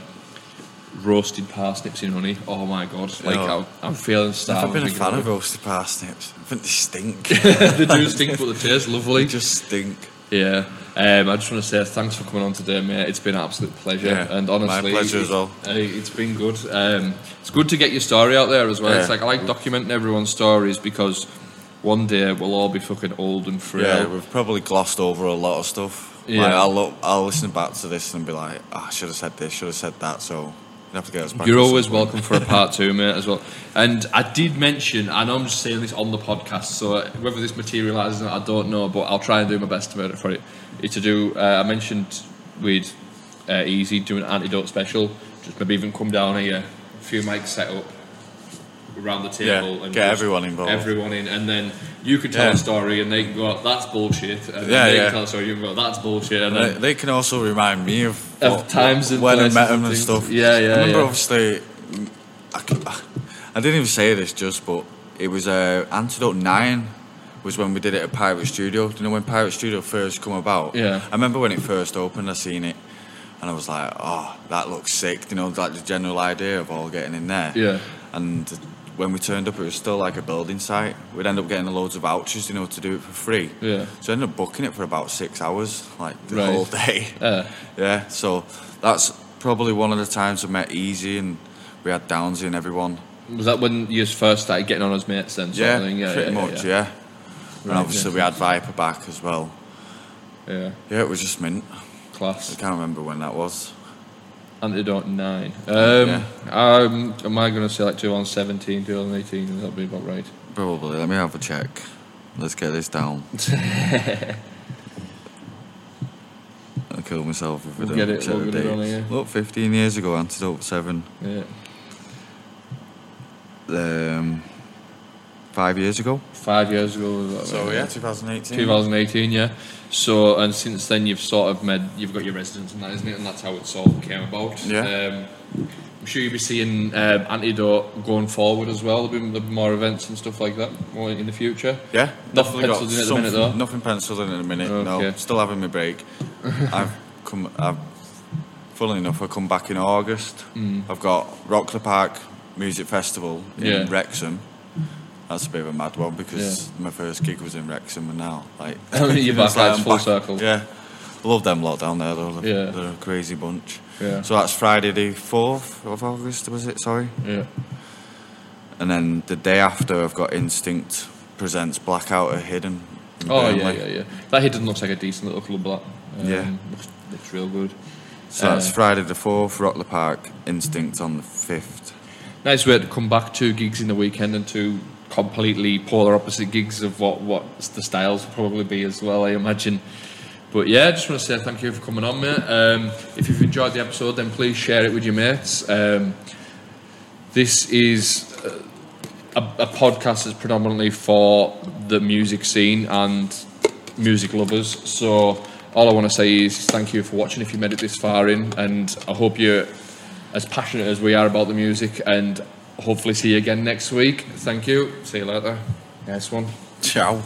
roasted parsnips in honey. Oh my god! Like Yeah. I'm, I'm feeling starving. I've been a thinking fan of about roasted parsnips. I think they stink. it. they do stink, but they taste lovely. they just stink. Yeah. Um, I just want to say thanks for coming on today, mate. It's been an absolute pleasure. Yeah, and my honestly, pleasure as well. uh, it's been good. Um, it's good to get your story out there as well. It's Yeah. like I like documenting everyone's stories because one day we'll all be fucking old and frail. Yeah, we've probably glossed over a lot of stuff. Yeah. Like, I'll look, I'll listen back to this and be like, "Ah, I should have said this, should have said that. So you have to get us back. You're to always something. welcome for a part two, mate, as well. And I did mention, I know I'm just saying this on the podcast, so whether this materialises or not, I don't know, but I'll try and do my best to make it for it. It's to do, uh, I mentioned with uh, Easy doing an antidote special, just maybe even come down here, a few mics set up around the Yeah, table. and get just everyone involved. Everyone in, and then you can tell Yeah. a story and they can go, that's bullshit. And Yeah, then they yeah. can tell a story, you can go, that's bullshit. And They, then, they can also remind me of, Of what- times and when I places and met them and things. stuff. Yeah, yeah, I remember yeah. obviously. mm, I, c- I I didn't even say this just, but it was uh, Antidote Nine was when we did it at Pirate Studio. Do you know when Pirate Studio first come about? Yeah. I remember when it first opened, I seen it, and I was like, oh, that looks sick. You know, like the general idea of all getting in there. Yeah. And when we turned up, it was still like a building site. We'd end up getting loads of vouchers, you know, to do it for free. Yeah. So I ended up booking it for about six hours, like the Right. whole day. Uh. Yeah, so that's probably one of the times I met Easy and we had Downsy and everyone. Was that when you first started getting on as mates then? Sort yeah, of thing? pretty much, yeah. And Right, obviously yeah. we had Viper back as well. yeah. Yeah, Yeah, it was just mint. I class. can't remember when that was. Antidote 9. Um, Yeah. um, am I going to say like 2017, 2018? That'll be about right. Probably. Let me have a check. Let's get this down. I'll kill myself if we We'll don't get it- check we'll the get it on dates. here. Look, 15 years ago, Antidote 7. Yeah. Um, five years ago. Five years ago. was that right? 2018. 2018, yeah. So, and since then you've sort of made, you've got your residence and that, isn't it? And that's how it sort of came about. Yeah. Um, I'm sure you'll be seeing um, Antidote going forward as well. There'll be, there'll be more events and stuff like that more in the future. Yeah, Nothing definitely got penciled in at the minute, something- though? Nothing penciled in at the minute. No, Okay. still having my break. I've come. I've, funnily enough, I come back in August. Mm. I've got Rockler Park Music Festival in Yeah. Wrexham. That's a bit of a mad one because my first gig was in Wrexham, and now like You're back, it's like it's I'm full circle. Yeah, love them lot down there. Though. They're, Yeah. they're a crazy bunch. Yeah. So that's Friday the fourth of August, was it? Sorry. Yeah. And then the day after, I've got Instinct presents Blackout are Hidden. in Oh yeah, Burnley. yeah, yeah. That hidden looks like a decent little club. That um, Yeah. looks, looks real good. So that's Uh, Friday the fourth, Rockler Park. Instinct on the fifth. Nice way to come back. Two gigs in the weekend and two completely polar opposite gigs of what what the styles will probably be as well. I imagine. But yeah, I just want to say thank you for coming on, mate. Um, if you've enjoyed the episode, then please share it with your mates. Um, this is a, a podcast that's predominantly for the music scene and music lovers. So all I want to say is thank you for watching if you made it this far in, and I hope you're as passionate as we are about the music, and hopefully see you again next week. Thank you. See you later. Nice one. Ciao.